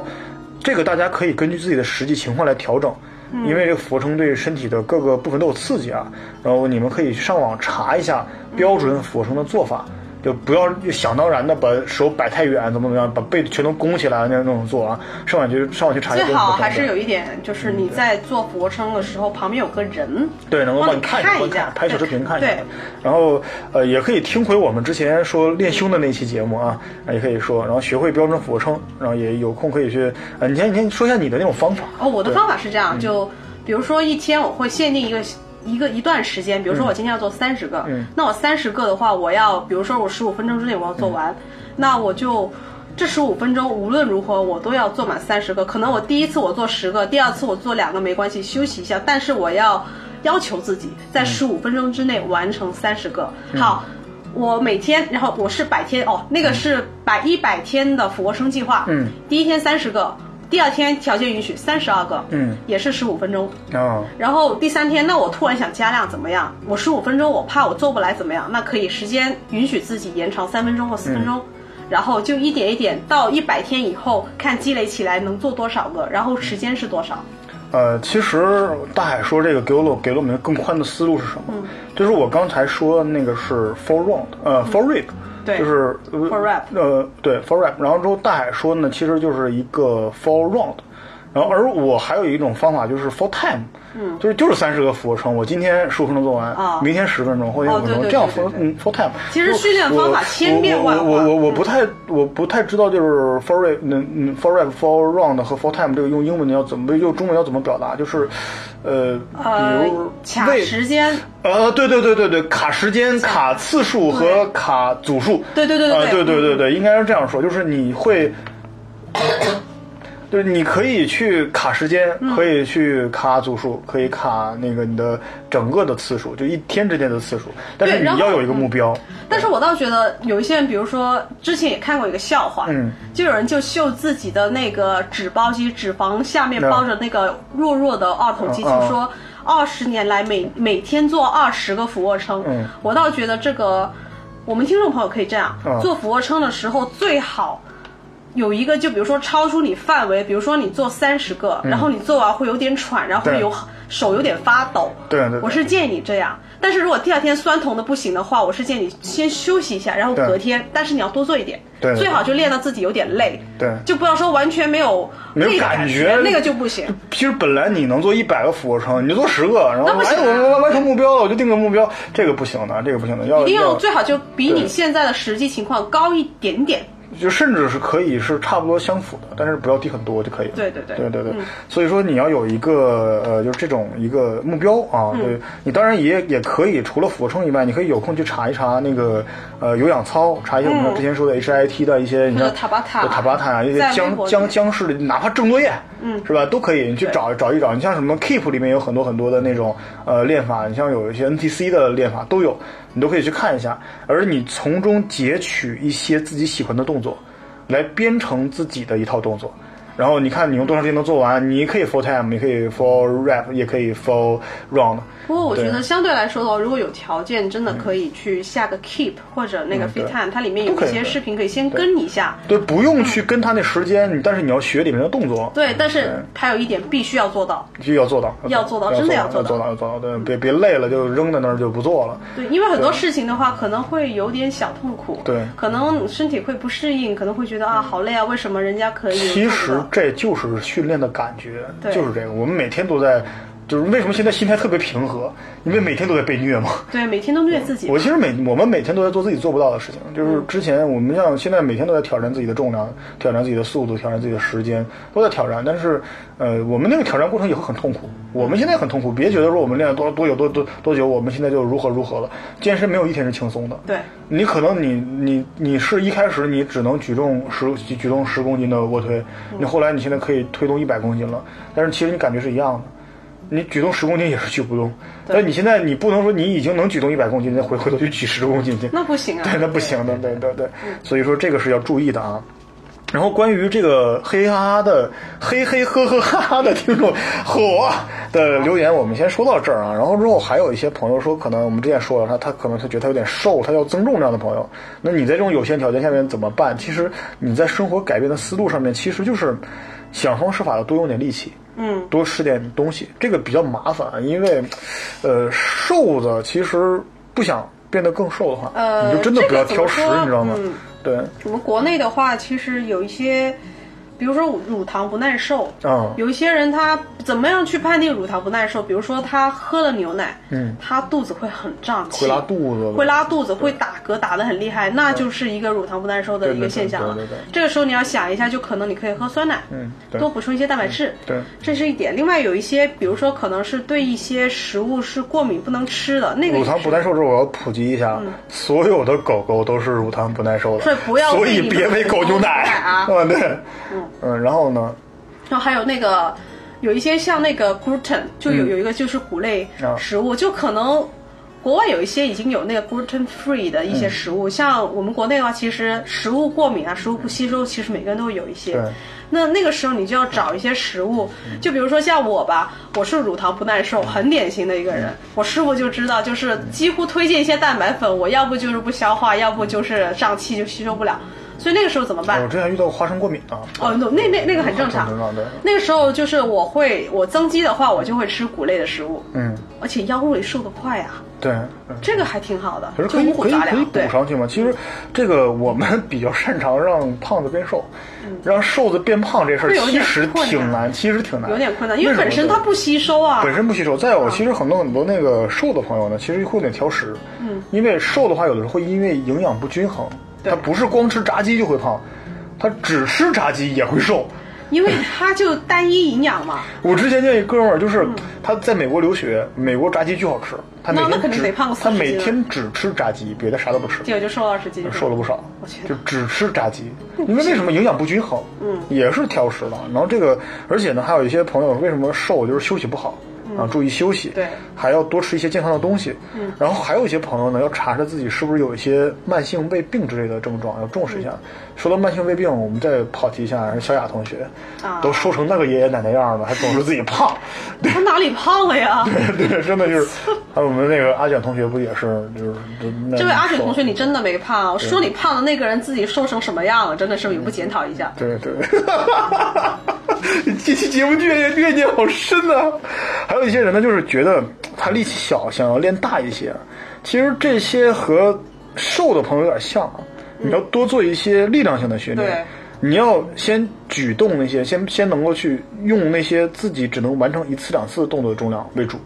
Speaker 1: 这个大家可以根据自己的实际情况来调整，
Speaker 2: 嗯
Speaker 1: 因为这个俯卧撑对身体的各
Speaker 2: 嗯
Speaker 1: 个部分都有刺激啊。然后你们可以上网查一下标准俯卧撑的做法。就不要想当然的把手摆太远，怎么怎么样，把背全都弓起来那那种做啊。上晚去上晚去查一
Speaker 2: 最
Speaker 1: 下，
Speaker 2: 好还是有一点，就是你在做俯卧撑的时候，旁边有个人，
Speaker 1: 嗯对，能够
Speaker 2: 帮
Speaker 1: 帮
Speaker 2: 你
Speaker 1: 你
Speaker 2: 看
Speaker 1: 看下，
Speaker 2: 一
Speaker 1: 帮你
Speaker 2: 下
Speaker 1: 看拍小视频看一下。
Speaker 2: 对，
Speaker 1: 然后呃，也可以听回我们之前说练胸的那期节目啊，啊也可以说，然后学会标准俯卧撑，然后也有空可以去，呃，你先你先说一下你的那种方法。
Speaker 2: 哦，我的
Speaker 1: 对嗯
Speaker 2: 方法是这样，就比如说一天我会限定一个一个一段时间，比如说我今天要做三十个，
Speaker 1: 嗯
Speaker 2: 那我三十个的话，我要比如说我十五分钟之内我要做完，那我就。这十五分钟无论如何我都要做满三十个，可能我第一次我做十个，第二次我做两个没关系，休息一下，但是我要要求自己
Speaker 1: 嗯
Speaker 2: 在十五分钟之内完成三十个。好，我每天，然后我是百天哦，那个是百一百天的俯卧撑计划，
Speaker 1: 嗯，
Speaker 2: 第一天三十个，第二天条件允许三十二个，
Speaker 1: 嗯，
Speaker 2: 也是十五分钟。
Speaker 1: 啊，
Speaker 2: 然后第三天，那我突然想加量怎么样？我十五分钟，我怕我做不来怎么样？那可以时间允许自己延长三分钟或四分
Speaker 1: 嗯
Speaker 2: 钟，然后就一点一点到一百天以后，看积累起来能做多少个，然后时间是多少。
Speaker 1: 呃，其实大海说这个给我了给了我们更宽的思路是什么？
Speaker 2: 嗯
Speaker 1: 就是我刚才说的那个是 for round，呃、f o r rep，
Speaker 2: 嗯对
Speaker 1: 就是呃
Speaker 2: for rep
Speaker 1: 呃，对 for rep。然后之后大海说呢，其实就是一个 for round。然后而我还有一种方法就是 for time，嗯，就是就是三十个俯卧撑，我今天十五分钟做完，
Speaker 2: 啊
Speaker 1: 明天十分钟，后天
Speaker 2: 哦
Speaker 1: 五分钟，
Speaker 2: 对对
Speaker 1: 这样
Speaker 2: 对
Speaker 1: for
Speaker 2: 对对
Speaker 1: 嗯 for time。
Speaker 2: 其实
Speaker 1: 我
Speaker 2: 训练方法
Speaker 1: 我
Speaker 2: 千变万化
Speaker 1: 我我我我不
Speaker 2: 嗯
Speaker 1: 太我不太知道就是 for rep 嗯嗯 for rep for round 和 for time 这个用英文的要怎么用中文要怎么表达，就是呃
Speaker 2: 呃
Speaker 1: 比如，
Speaker 2: 卡
Speaker 1: 为
Speaker 2: 时间，
Speaker 1: 呃，对对对对对，卡时间、卡次数和卡组数。
Speaker 2: 对对对对嗯
Speaker 1: 啊
Speaker 2: 对
Speaker 1: 对对对对，应该是这样说，就是你会，就是你可以去卡时间，
Speaker 2: 嗯
Speaker 1: 可以去卡组数，可以卡那个你的整个的次数，就一天之间的次数。但是
Speaker 2: 对
Speaker 1: 你
Speaker 2: 然后
Speaker 1: 要有一个目标。
Speaker 2: 但是我倒觉得有一些人，比如说之前也看过一个笑话，
Speaker 1: 嗯，
Speaker 2: 就有人就秀自己的那个脂包肌，脂肪下面
Speaker 1: 嗯
Speaker 2: 包着那个弱弱的二头肌，
Speaker 1: 嗯嗯
Speaker 2: 就说二十年来每每天做二十个俯卧撑，
Speaker 1: 嗯
Speaker 2: 我倒觉得这个我们听众朋友可以这样、
Speaker 1: 嗯
Speaker 2: 做俯卧撑的时候最好。有一个，就比如说超出你范围，比如说你做三十个，然后你做完会有点喘，然后会
Speaker 1: 嗯对
Speaker 2: 有手有点发抖。
Speaker 1: 对对对
Speaker 2: 我是建议你这样。但是如果第二天酸痛的不行的话，我是建议你先休息一下，然后
Speaker 1: 对
Speaker 2: 隔天，但是你要多做一点，
Speaker 1: 对对
Speaker 2: 最好就练到自己有点累，
Speaker 1: 对
Speaker 2: 就不要说完全没有
Speaker 1: 没有
Speaker 2: 累的
Speaker 1: 感
Speaker 2: 觉，
Speaker 1: 觉
Speaker 2: 那个就不行。
Speaker 1: 其实本来你能做一百个俯卧撑，你就做十个，然后
Speaker 2: 那不行
Speaker 1: 哎，
Speaker 2: 啊
Speaker 1: 我完完成目标了，我就定个目标，这个不行的，这个不行的， (laughs) 要
Speaker 2: 一定要
Speaker 1: 要
Speaker 2: 最好就比你
Speaker 1: 对
Speaker 2: 现在的实际情况高一点点。
Speaker 1: 就甚至是可以是差不多相符的，但是不要低很多就可以了。
Speaker 2: 对对对嗯
Speaker 1: 对对对，所以说你要有一个呃，就是这种一个目标啊。对，
Speaker 2: 嗯
Speaker 1: 你当然也也可以，除了俯卧撑以外，你可以有空去查一查那个呃有氧操，查一下我
Speaker 2: 嗯
Speaker 1: 们之前说的 HIT 的一些，你
Speaker 2: 或者
Speaker 1: 像
Speaker 2: 塔巴塔
Speaker 1: 对塔巴塔啊，一些
Speaker 2: 在微
Speaker 1: 僵
Speaker 2: 博里
Speaker 1: 僵
Speaker 2: 面
Speaker 1: 僵尸的，哪怕郑多燕，嗯，是吧，都可以，你去找找一找。你像什么 Keep 里面有很多很多的那种呃练法，你像有一些 NTC 的练法都有，你都可以去看一下。而你从中截取一些自己喜欢的动作，来编成自己的一套动作。然后你看你用多长时间能做完，你可以 full time，也可以 full rep，也可以 full round。
Speaker 2: 不过我觉
Speaker 1: 对嗯
Speaker 2: 得相对来说的话，如果有条件，真的可以去下个 Keep 或者那个
Speaker 1: 对
Speaker 2: FitTime，、它里面有
Speaker 1: 都可
Speaker 2: 一
Speaker 1: 以
Speaker 2: 些
Speaker 1: 的
Speaker 2: 视频可以先跟一下。
Speaker 1: 对，不用去跟他那时间，你但是你要学里面的动作，
Speaker 2: 对，但是还有一点必须要做到，
Speaker 1: 就要做到，
Speaker 2: 要做到真的
Speaker 1: 要
Speaker 2: 要做
Speaker 1: 做
Speaker 2: 到
Speaker 1: 到，要做到，对，别别累了就扔在那儿就不做了。
Speaker 2: 对，因为很多事情的话，可能会有点小痛苦，
Speaker 1: 对
Speaker 2: 可能身体会不适应，可能会觉得啊，好累啊，为什么人家可以？
Speaker 1: 其实
Speaker 2: 我做不到
Speaker 1: 这就是训练的感觉，
Speaker 2: 对
Speaker 1: 就是这个。我们每天都在，就是为什么现在心态特别平和？因为每天都在被虐嘛。
Speaker 2: 对，每天都虐自己，
Speaker 1: 我其实每我们每天都在做自己做不到的事情，就是之前我们像现在每天都在挑战自己的重量，挑战自己的速度，挑战自己的时间，都在挑战。但是，呃，我们那个挑战过程也会很痛苦。我们现在很痛苦，别觉得说我们练了多多久多多多久，我们现在就如何如何了。健身没有一天是轻松的。
Speaker 2: 对，
Speaker 1: 你可能你你你是一开始你只能举重十举重十公斤的卧推，
Speaker 2: 嗯
Speaker 1: 你后来你现在可以推动一百公斤了，但是其实你感觉是一样的。你举重十公斤也是举不动，但你现在你不能说你已经能举动一百公斤，再回回头去举十公斤去，
Speaker 2: 那不嗯行啊，
Speaker 1: 对，那不行的，对对对，所以说这个是要注意的啊。然后关于这个嘿嘿哈哈的嘿嘿呵呵哈哈的听众火的留言，我们先说到这儿啊。然后之后还有一些朋友说，可能我们之前说了，他他可能他觉得他有点瘦，他要增重这样的朋友，那你在这种有限条件下面怎么办？其实你在生活改变的思路上面，其实就是想方设法的多用点力气。
Speaker 2: 嗯，
Speaker 1: 多吃点东西，这个比较麻烦，因为，呃，瘦子其实不想变得更瘦的话，
Speaker 2: 呃
Speaker 1: 你就真的不要挑食，
Speaker 2: 这个怎么说
Speaker 1: 你知道吗？
Speaker 2: 嗯
Speaker 1: 对，
Speaker 2: 我们国内的话，其实有一些，比如说乳糖不耐受，
Speaker 1: 啊、
Speaker 2: 有一些人他怎么样去判定乳糖不耐受？比如说他喝了牛奶，
Speaker 1: 嗯，
Speaker 2: 他肚子会很胀气，
Speaker 1: 会拉肚子，
Speaker 2: 会拉肚子，会打嗝，打得很厉害，那就是一个乳糖不耐受的
Speaker 1: 对对
Speaker 2: 一个
Speaker 1: 对
Speaker 2: 现象了
Speaker 1: 对对对。
Speaker 2: 这个时候你要想一下，就可能你可以喝酸奶，
Speaker 1: 嗯，对嗯
Speaker 2: 多补充一些蛋白质，
Speaker 1: 对，
Speaker 2: 这是一点。另外有一些，比如说可能是对一些食物是过敏不能吃的，那个
Speaker 1: 乳
Speaker 2: 也
Speaker 1: 糖
Speaker 2: 是
Speaker 1: 不耐受这我要普及一下，所有的狗狗都是乳糖不耐受的，
Speaker 2: 嗯所以不要
Speaker 1: 所
Speaker 2: 喂
Speaker 1: 以
Speaker 2: 你们
Speaker 1: 别喂狗牛奶
Speaker 2: 狗牛奶 (laughs) 啊
Speaker 1: 嗯，对，嗯，然后呢，
Speaker 2: 然后还有那个有一些像那个 gluten，就有、
Speaker 1: 嗯
Speaker 2: 有一个就是谷类
Speaker 1: 啊
Speaker 2: 食物，就可能国外有一些已经有那个 gluten free 的一些食
Speaker 1: 嗯
Speaker 2: 物，像我们国内的话，其实食物过敏啊，食物不吸收，其实每个人都会有一些
Speaker 1: 对。嗯
Speaker 2: 那那个时候你就要找一些食物，就比如说像我吧，我是乳糖不耐受，很典型的一个
Speaker 1: 嗯
Speaker 2: 人。我师傅就知道，就是几乎推荐一些蛋白粉，我要不就是不消化，要不就是胀气就吸收不了。所以那个时候怎么办？
Speaker 1: 我之前遇到过花生过敏啊，
Speaker 2: 哦，no，那那那个很正常
Speaker 1: 很正常对。
Speaker 2: 那个时候就是我会，我增肌的话，我就会吃谷类的食物，
Speaker 1: 嗯，
Speaker 2: 而且腰围瘦得快啊，
Speaker 1: 对，嗯
Speaker 2: 这个还挺好的
Speaker 1: 可是，
Speaker 2: 就
Speaker 1: 可以
Speaker 2: 五
Speaker 1: 可
Speaker 2: 谷
Speaker 1: 以
Speaker 2: 杂
Speaker 1: 可以
Speaker 2: 粮。
Speaker 1: 补
Speaker 2: 对，嗯
Speaker 1: 上去嘛？其实这个我们比较擅长让胖子变瘦，让瘦子变胖这事儿
Speaker 2: 会有
Speaker 1: 其
Speaker 2: 点
Speaker 1: 实
Speaker 2: 困难
Speaker 1: 挺难，其实挺难，
Speaker 2: 有点困难，因为
Speaker 1: 什么
Speaker 2: 本身
Speaker 1: 呢
Speaker 2: 它不吸收啊
Speaker 1: (laughs) 本。身不吸收。再有，其实很多很多那个瘦的朋友呢，其实会有点挑食，嗯，因为瘦的话，有的时候会因为营养不均衡，
Speaker 2: 对
Speaker 1: 他不是光吃炸鸡就会胖，他只吃炸鸡也会瘦。
Speaker 2: 因为它就单一营养
Speaker 1: (laughs)
Speaker 2: 嘛，
Speaker 1: 我之前见一哥们儿，就是他在美国留学，美国炸鸡巨好吃，他每
Speaker 2: 嗯那那
Speaker 1: 天
Speaker 2: 肯定
Speaker 1: 只
Speaker 2: 得胖个40
Speaker 1: 他每
Speaker 2: 斤了
Speaker 1: 天只吃炸鸡，别的啥都不吃。
Speaker 2: 结果就瘦了二十斤，
Speaker 1: 瘦了不少
Speaker 2: 我去，
Speaker 1: 就只吃炸鸡，因为为什么营养不均衡，嗯，也是挑食的。然后这个，而且呢，还有一些朋友为什么瘦，就是休息不好。啊，注意休息，
Speaker 2: 嗯对
Speaker 1: 还要多吃一些健康的东西。嗯，然后还有一些朋友呢，要查查自己是不是有一些慢性胃病之类的症状，要重视一
Speaker 2: 嗯
Speaker 1: 下。说到慢性胃病，我们再跑题一下，小雅同学，
Speaker 2: 啊
Speaker 1: 都瘦成那个爷爷奶奶样了，还总说自己
Speaker 2: (laughs)
Speaker 1: 胖，
Speaker 2: (laughs)
Speaker 1: (laughs)
Speaker 2: 他哪里胖了呀？
Speaker 1: 对，真的就是。还有我们那个阿卷同学不也是，就是就那
Speaker 2: 这位阿水同学，
Speaker 1: 瘦
Speaker 2: 你真的没胖啊，我说你胖的那个人自己瘦成什么样了，真的是也不检讨一下。
Speaker 1: 对对， (laughs) 这期节目怨念怨念好深啊！还有一些人呢，就是觉得他力气小，想要练大一些。其实这些和瘦的朋友有点像啊，你要多做一些力量性的训练。你要先举动那些，先先能够去用那些自己只能完成一次两次的动作的重量为主，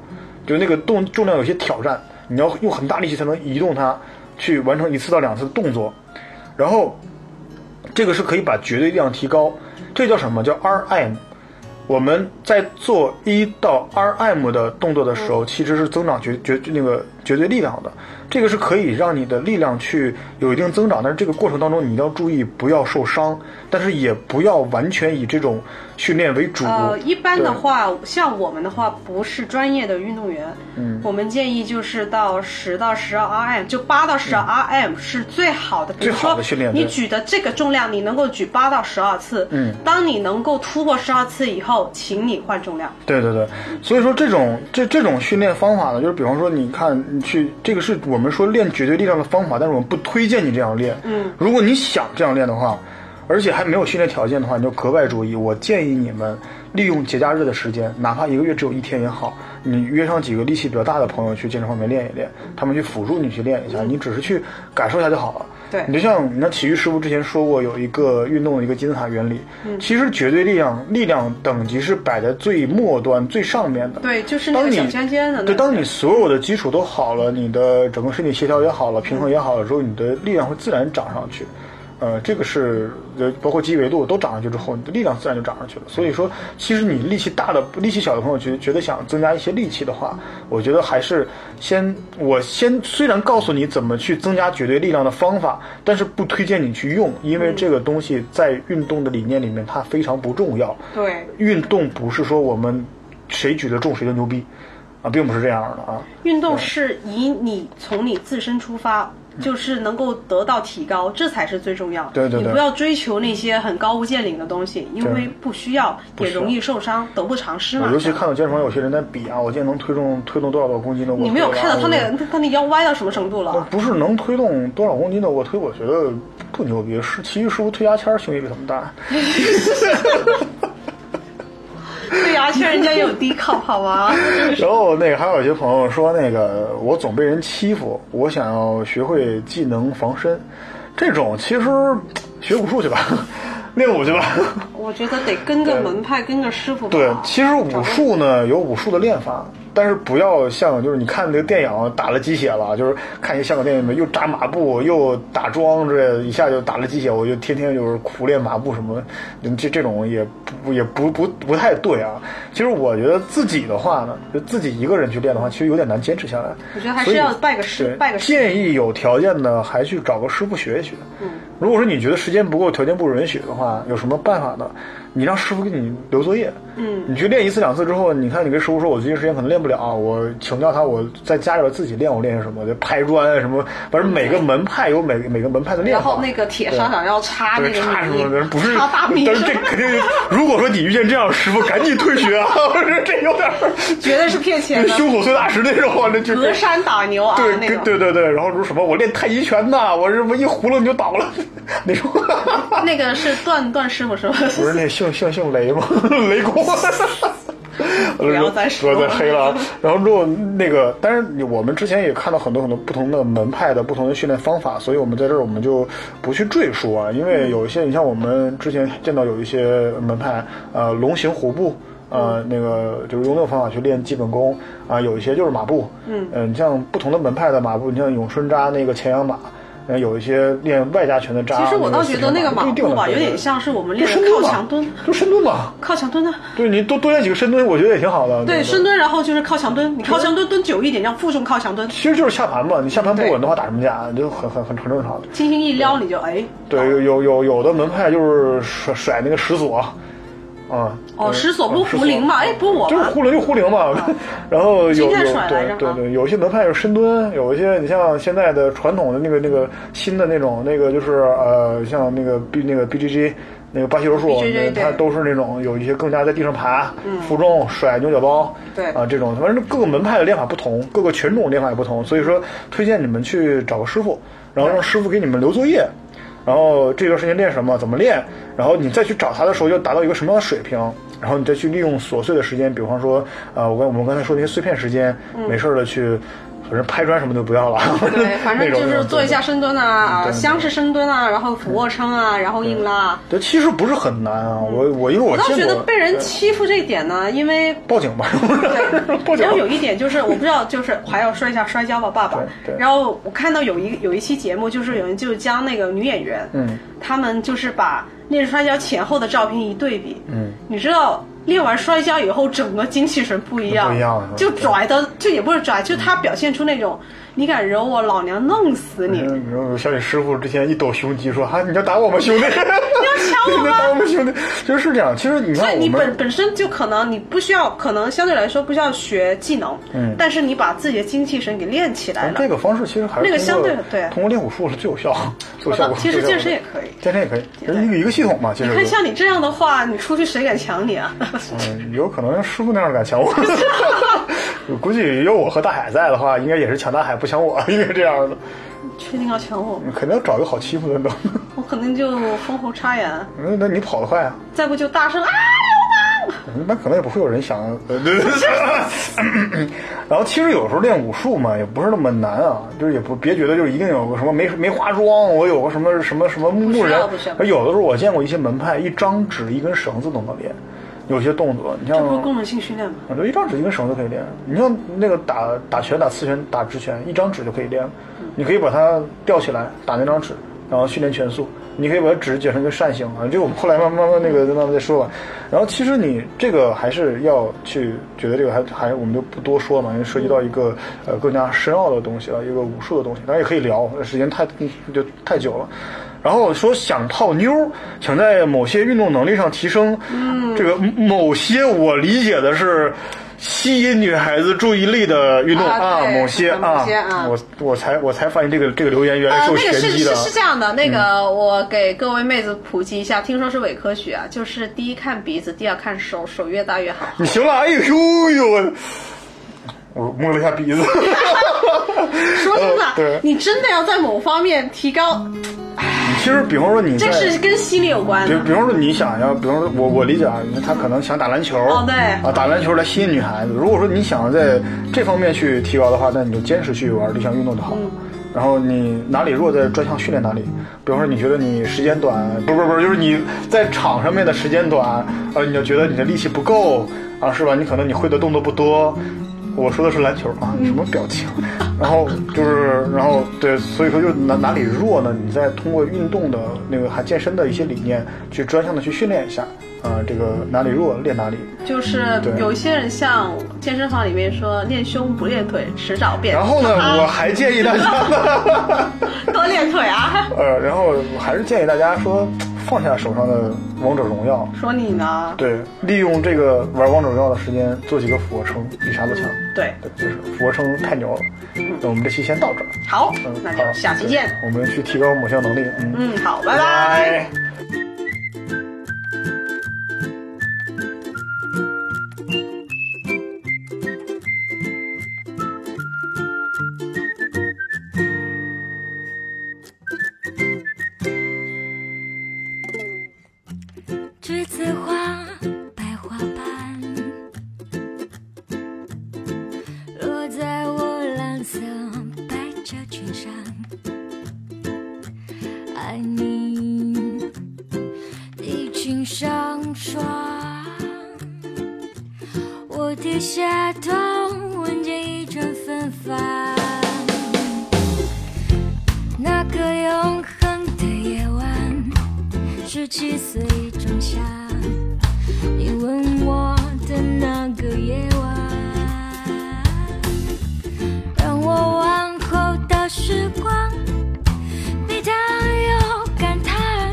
Speaker 1: 就那个动重量有些挑战，你要用很大力气才能移动它，去完成一次到两次的动作，然后这个是可以把绝对力量提高，这叫什么叫 RM？我们在做一到 RM 的动作的时候，其实是增长绝绝那个绝对力量的，这个是可以让你的力量去有一定增长，但是这个过程当中你一定要注意不要受伤，但是也不要完全以这种训练为主。
Speaker 2: 呃，一般的
Speaker 1: 对
Speaker 2: 话，像我们的话，不是专业的运动员，嗯，我们建议就是到十到十二 RM，就八到十二 RM 是最好的。比
Speaker 1: 嗯最
Speaker 2: 如
Speaker 1: 好的
Speaker 2: 说
Speaker 1: 训练对
Speaker 2: 你举的这个重量，你能够举八到十二次，
Speaker 1: 嗯，
Speaker 2: 当你能够突破十二次以后，请你换重量。
Speaker 1: 对对对，所以说这种这这种训练方法呢，就是比方说，你看你去这个是我们说练绝对力量的方法，但是我们不推荐你这样练。嗯，如果你想这样练的话，而且还没有训练条件的话，你就格外注意。我建议你们利用节假日的时间，哪怕一个月只有一天也好，你约上几个力气比较大的朋友去健身房里面练一练，他们去辅助你去练一下，你只是去感受一下就好了。
Speaker 2: 对
Speaker 1: 你就像你那体育师傅之前说过，有一个运动的一个金字塔原理，其实绝对力量力量等级是摆在最末端最上面的。
Speaker 2: 对，就是那
Speaker 1: 当
Speaker 2: 个
Speaker 1: 你
Speaker 2: 小尖尖的那
Speaker 1: 对，
Speaker 2: 个。
Speaker 1: 当你所有的基础都好了，你的整个身体协调也好了，平衡也好了之后，你的力量会自然涨上去。呃，这个是呃，包括肌维度都涨上去之后，你的力量自然就涨上去了。所以说，其实你力气大的、力气小的朋友觉得觉得想增加一些力气的话，我觉得还是先我先虽然告诉你怎么去增加绝对力量的方法，但是不推荐你去用，因
Speaker 2: 嗯
Speaker 1: 为这个东西在运动的理念里面它非常不重要。
Speaker 2: 对，
Speaker 1: 运动不是说我们谁举得重谁就牛逼啊，并不是这样的啊。
Speaker 2: 运动是以你从你自身出发，就是能够得到提高，这才是最重要。
Speaker 1: 嗯对对对
Speaker 2: 你不要追求那些很高屋建瓴的东西，因为不需要，也容易受伤，得不偿失嘛
Speaker 1: 我。尤其看到健身房有些人在比啊，我今天能推动推动多少多少公斤的，我
Speaker 2: 你没有
Speaker 1: 推了
Speaker 2: 看到他那
Speaker 1: 我
Speaker 2: 个他他那腰歪到什么程度
Speaker 1: 我
Speaker 2: 了？
Speaker 1: 不是能推动多少公斤的，我推我觉得不牛逼，是其实是不是推牙签儿胸也比他们大？
Speaker 2: (laughs) 对呀、麻雀人家有低抗好吗？
Speaker 1: (laughs) 然后那个还有一些朋友说，那个我总被人欺负，我想要学会技能防身，这种其实学武术去吧， (laughs) 练武去吧。
Speaker 2: 我觉得得跟个门派，跟个师傅吧。
Speaker 1: 对，其实武术呢有武术的练法，但是不要像就是你看那个电影打了鸡血了，就是看一香港电影里面又扎马步又打桩之类的，一下就打了鸡血，我就天天就是苦练马步什么，这这种也不也不不不太对啊。其实我觉得自己的话呢，就自己一个人去练的话，其实有点难坚持下来。
Speaker 2: 我觉得还
Speaker 1: 所
Speaker 2: 是
Speaker 1: 以
Speaker 2: 要拜个师
Speaker 1: 对，，
Speaker 2: 拜个师。
Speaker 1: 建议有条件的还去找个师傅学一学。
Speaker 2: 嗯
Speaker 1: 如果说你觉得时间不够，条件不允许的话，有什么办法呢？你让师傅给你留作业。
Speaker 2: 嗯，
Speaker 1: 你去练一次两次之后，你看你跟师傅说，我最近时间可能练不了，我请教他，我在家里边自己练，我练什么？就拍砖什么，反正每个门派有每每个门派的练
Speaker 2: 然
Speaker 1: 法。
Speaker 2: 后那个铁砂掌要插那
Speaker 1: 对，
Speaker 2: 个
Speaker 1: 差什么的
Speaker 2: 米，
Speaker 1: 不是，
Speaker 2: 插大米
Speaker 1: 但
Speaker 2: 是
Speaker 1: 是这
Speaker 2: 吧
Speaker 1: 肯定，如果说你遇见这样的师傅，赶紧退学啊！ (laughs) 我说这有点儿
Speaker 2: 绝对是骗钱的。
Speaker 1: (laughs) 胸口碎大石那种啊，这就
Speaker 2: 隔山打牛啊，
Speaker 1: 对
Speaker 2: 那
Speaker 1: 对
Speaker 2: 种。
Speaker 1: 对对对，然后说什么我练太极拳呐，我这么一葫芦你就倒了 (laughs) 那种，
Speaker 2: 那个是段段师傅说，
Speaker 1: 不是 (laughs) 那姓姓姓雷
Speaker 2: (laughs)
Speaker 1: 吗？雷公。 (laughs) 不
Speaker 2: 要再说了
Speaker 1: 再黑了
Speaker 2: (laughs)
Speaker 1: 啊。然后之后那个，但是我们之前也看到很多很多不同的门派的不同的训练方法，所以我们在这儿我们就不去赘述啊，因
Speaker 2: 嗯
Speaker 1: 为有一些你像我们之前见到有一些门派，呃，龙形虎步。呃，
Speaker 2: 嗯
Speaker 1: 那个就是用那种方法去练基本功啊、有一些就是马步，嗯，你像不同的门派的马步，你像咏春扎那个前仰马，呃，有一些练外家拳的扎，
Speaker 2: 其实我倒觉得那
Speaker 1: 啊那
Speaker 2: 个
Speaker 1: 个
Speaker 2: 马
Speaker 1: 四平
Speaker 2: 步吧，
Speaker 1: 不一
Speaker 2: 有
Speaker 1: 定的
Speaker 2: 点像是我们
Speaker 1: 就
Speaker 2: 练
Speaker 1: 深
Speaker 2: 的靠
Speaker 1: 蹲
Speaker 2: 墙
Speaker 1: 嘛
Speaker 2: 蹲，，
Speaker 1: 就深蹲嘛，
Speaker 2: 靠墙蹲啊。
Speaker 1: 对你多多练几个深蹲，我觉得也挺好的。
Speaker 2: 对，
Speaker 1: 不
Speaker 2: 深。蹲，然后就是靠墙蹲，你靠墙蹲蹲久一点，这样负重靠墙蹲，
Speaker 1: 其实就是下盘嘛，你下盘不稳的话，打什么架就很很很很正常的。
Speaker 2: 轻轻一撩你就哎，
Speaker 1: 对，有有有有的门派就是甩甩那个石锁，啊，
Speaker 2: 哦，
Speaker 1: 嗯
Speaker 2: 石锁不
Speaker 1: 嗯
Speaker 2: 是胡铃嘛，哎，不是我
Speaker 1: 就是
Speaker 2: 吧？啊
Speaker 1: 呼铃就呼铃嘛。然后有
Speaker 2: 今
Speaker 1: 有
Speaker 2: 天甩来着
Speaker 1: 对对
Speaker 2: 啊
Speaker 1: 对，有一些门派是深蹲，有一些你像现在的传统的那个那个新的那种那个就是呃像那个 B 那个 BGG。那个巴西柔术，
Speaker 2: BJJ
Speaker 1: 那它
Speaker 2: 对
Speaker 1: 都是那种有一些更加在地上爬、负重、甩牛角包，
Speaker 2: 嗯对
Speaker 1: 啊，这种反正各个门派的练法不同，各个拳种练法也不同，所以说推荐你们去找个师傅，然后让师傅给你们留作业，然后这段时间练什么，怎么练，然后你再去找他的时候要达到一个什么样的水平，然后你再去利用琐碎的时间，比方说，呃，我刚我们刚才说那些碎片时间，没事儿的去，反正拍砖什么就不要了，
Speaker 2: 嗯
Speaker 1: (laughs)
Speaker 2: 对，反正
Speaker 1: 那种
Speaker 2: 就是做一。
Speaker 1: 那种
Speaker 2: 下深蹲啊，啊，
Speaker 1: 对
Speaker 2: 箱式深蹲啊，然后俯卧撑啊，然后硬拉。
Speaker 1: 对，其实不是很难啊，我我因为我
Speaker 2: 嗯我倒
Speaker 1: 见
Speaker 2: 觉得
Speaker 1: 过
Speaker 2: 被人欺负这一点呢，因为
Speaker 1: 报警吧，是 (laughs) 不是？报警
Speaker 2: 然后。有一点就是，我不知道，就是还要说一下摔跤吧，爸爸
Speaker 1: 对。对
Speaker 2: 然后我看到有一有一期节目，就是有人就将那个女演员，
Speaker 1: 嗯，
Speaker 2: 他们就是把练摔跤前后的照片一对比，嗯，你知道练完摔跤以后整个精气神不一样，
Speaker 1: 不一样是吧
Speaker 2: 就拽的，就也不是拽，就他表现出那种你敢惹我，老娘弄死你。
Speaker 1: 嗯然后小李师傅之前一抖胸肌说：“啊，你要打我吗，兄弟？ (laughs) 你要
Speaker 2: 抢我吗
Speaker 1: 你要打我们兄弟？”就是这样。其实你
Speaker 2: 所
Speaker 1: 看
Speaker 2: 以
Speaker 1: 我
Speaker 2: 你
Speaker 1: 们
Speaker 2: 本本身就可能你不需要，可能相对来说不需要学技能，嗯，但是你把自己的精气神给练起来
Speaker 1: 但
Speaker 2: 了，
Speaker 1: 这个方式其实还是
Speaker 2: 那个
Speaker 1: 通
Speaker 2: 相
Speaker 1: 过
Speaker 2: 对对
Speaker 1: 通过练武术是最有效，最有效果。
Speaker 2: 其实
Speaker 1: 最有
Speaker 2: 健
Speaker 1: 效
Speaker 2: 身也
Speaker 1: 果
Speaker 2: 可以。
Speaker 1: 健身也可以，
Speaker 2: 对
Speaker 1: 一个一个系统嘛，其
Speaker 2: 你
Speaker 1: 实
Speaker 2: 看
Speaker 1: 就
Speaker 2: 像你这样的话，你出去谁敢抢你啊？ (laughs)
Speaker 1: 嗯，有可能师傅那样敢抢我。 (laughs) 我估计有我和大海在的话，应该也是抢大海不抢我，应该这样的。
Speaker 2: 确定要抢我吗？
Speaker 1: 肯定要找一个好欺负的那种。
Speaker 2: 我肯定就封喉插眼，
Speaker 1: (laughs) 那那你跑得快啊，
Speaker 2: 再不就大声啊！
Speaker 1: 那可能也不会有人想。呃 (laughs) 对对对然后其实有时候练武术嘛，也不是那么难啊，就是也不别觉得就是一定有个什么梅梅花桩，我有个什么什么什么木
Speaker 2: 不需
Speaker 1: 人
Speaker 2: 要不需要。
Speaker 1: 而有的时候我见过一些门派，一张纸一根绳子都能练，有些动作，你像
Speaker 2: 这不是功能性训练吗？
Speaker 1: 我觉得一张纸一根绳子可以练。你像那个打打拳、打刺拳、打直拳，一张纸就可以练了。你可以把它吊起来打那张纸，然后训练拳速。你可以把纸剪成一个扇形啊，这个我们后来慢慢慢那个慢慢再说吧。然后其实你这个还是要去觉得这个还还我们就不多说嘛，因为涉及到一个呃更加深奥的东西了，一个武术的东西，当然也可以聊，时间太就太久了。然后说想泡妞儿，想在某些运动能力上提升，
Speaker 2: 嗯
Speaker 1: 这个某些我理解的是吸引女孩子注意力的运动
Speaker 2: 啊对
Speaker 1: 某些
Speaker 2: 某些啊
Speaker 1: 我我才我才发现这个这个留言原来
Speaker 2: 呃，
Speaker 1: 是有
Speaker 2: 那个
Speaker 1: 玄
Speaker 2: 是
Speaker 1: 机的嗯
Speaker 2: 是，是这样的，那个我给各位妹子普及一下，听说是伪科学啊，就是第一看鼻子，第二看手，手越大越好。
Speaker 1: 你行了，哎呦呦，我摸了一下鼻
Speaker 2: (laughs)
Speaker 1: 子，
Speaker 2: 说真的，
Speaker 1: 呃对嗯
Speaker 2: 你真的要在某方面提高，唉
Speaker 1: 其实，比方说你在
Speaker 2: 这是跟心理有关
Speaker 1: 比
Speaker 2: 的。
Speaker 1: 比方说你想要，比方说我我理解啊，他可能想打篮球，
Speaker 2: 哦对
Speaker 1: 啊打篮球来吸引女孩子。如果说你想在这方面去提高的话，那你就坚持去玩这项运动就好了。
Speaker 2: 嗯
Speaker 1: 然后你哪里弱，再专项训练哪里。比方说你觉得你时间短，不是不是不是，就是你在场上面的时间短，呃，你就觉得你的力气不够啊，是吧？你可能你会的动作不多。我说的是篮球啊，什么表情？然后就是，然后对，所以说就是哪哪里弱呢？你再通过运动的那个还健身的一些理念，去专项的去训练一下啊、这个哪里弱练哪里。
Speaker 2: 就是
Speaker 1: 嗯对
Speaker 2: 有一些人像健身房里面说练胸不练腿，迟早变。
Speaker 1: 然后呢，
Speaker 2: 啊
Speaker 1: 我还建议大家， (laughs)
Speaker 2: 多练腿啊！
Speaker 1: 呃，然后我还是建议大家说，放下手上的王者荣耀，
Speaker 2: 说你呢？
Speaker 1: 对，利用这个玩王者荣耀的时间做几个俯卧撑，比啥都强。
Speaker 2: 对，
Speaker 1: 对，就是俯卧撑太牛了。那我们这期先到这儿，
Speaker 2: 好
Speaker 1: 嗯，，
Speaker 2: 那就
Speaker 1: 好
Speaker 2: 下期见。
Speaker 1: 对我们去提高某项能力，嗯。
Speaker 2: 嗯，好，拜拜。
Speaker 3: 栀子花白花瓣落在我蓝色百褶裙上，爱你的裙上霜。我低下头，闻见一阵芬芳。那个永恒的夜晚。十七岁仲夏，你吻我的那个夜晚，让我往后的时光比他有感叹，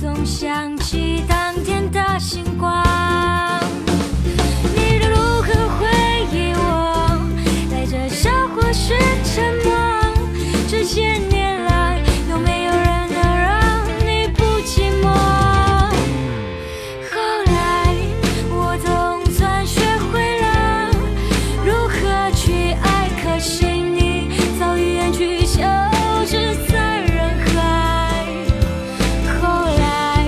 Speaker 3: 总想起当天的星光。你如何回忆我？带着笑或是沉默？这些年来，有没有人能让你不寂寞？后来，我总算学会了如何去爱，可惜你早已远去，消失在人海。后来，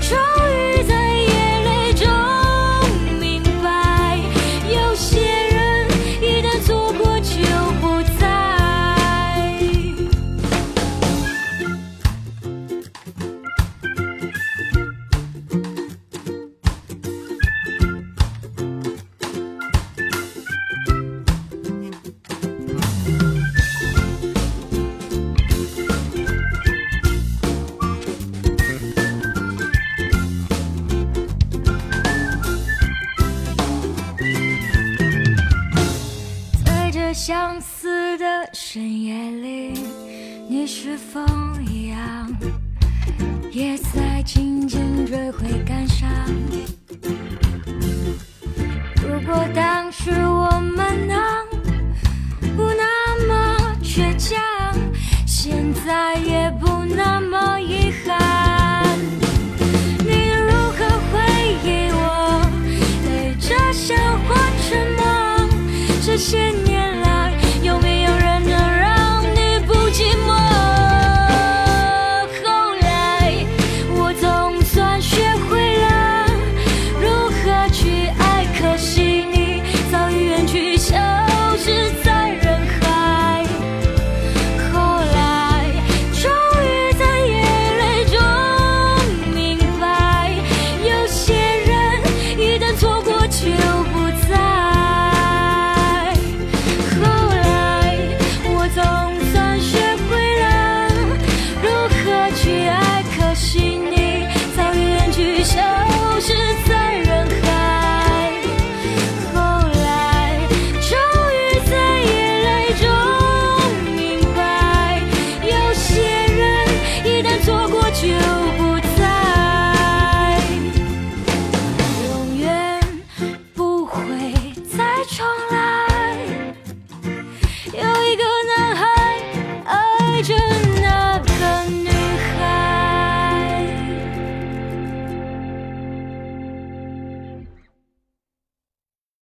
Speaker 3: 终于在眼泪中明白，有些人一旦错过就不再。在这相似的深夜里，你是否一样，也在静静追悔感伤？如果当时我们能。不那么倔强，现在也不那么遗憾。你如何回忆我？带着笑或沉默？这些年来，有没有人能让你不寂寞？后来，我总算学会了如何去爱，可惜你早已远去，消失在人海。后来，终于在眼泪中明白，有些人一旦错过就不再。后来，我总算学会了如何去爱，可惜你早已远去，消失在人海。后来，终于在眼泪中明白，有些人一旦错过就。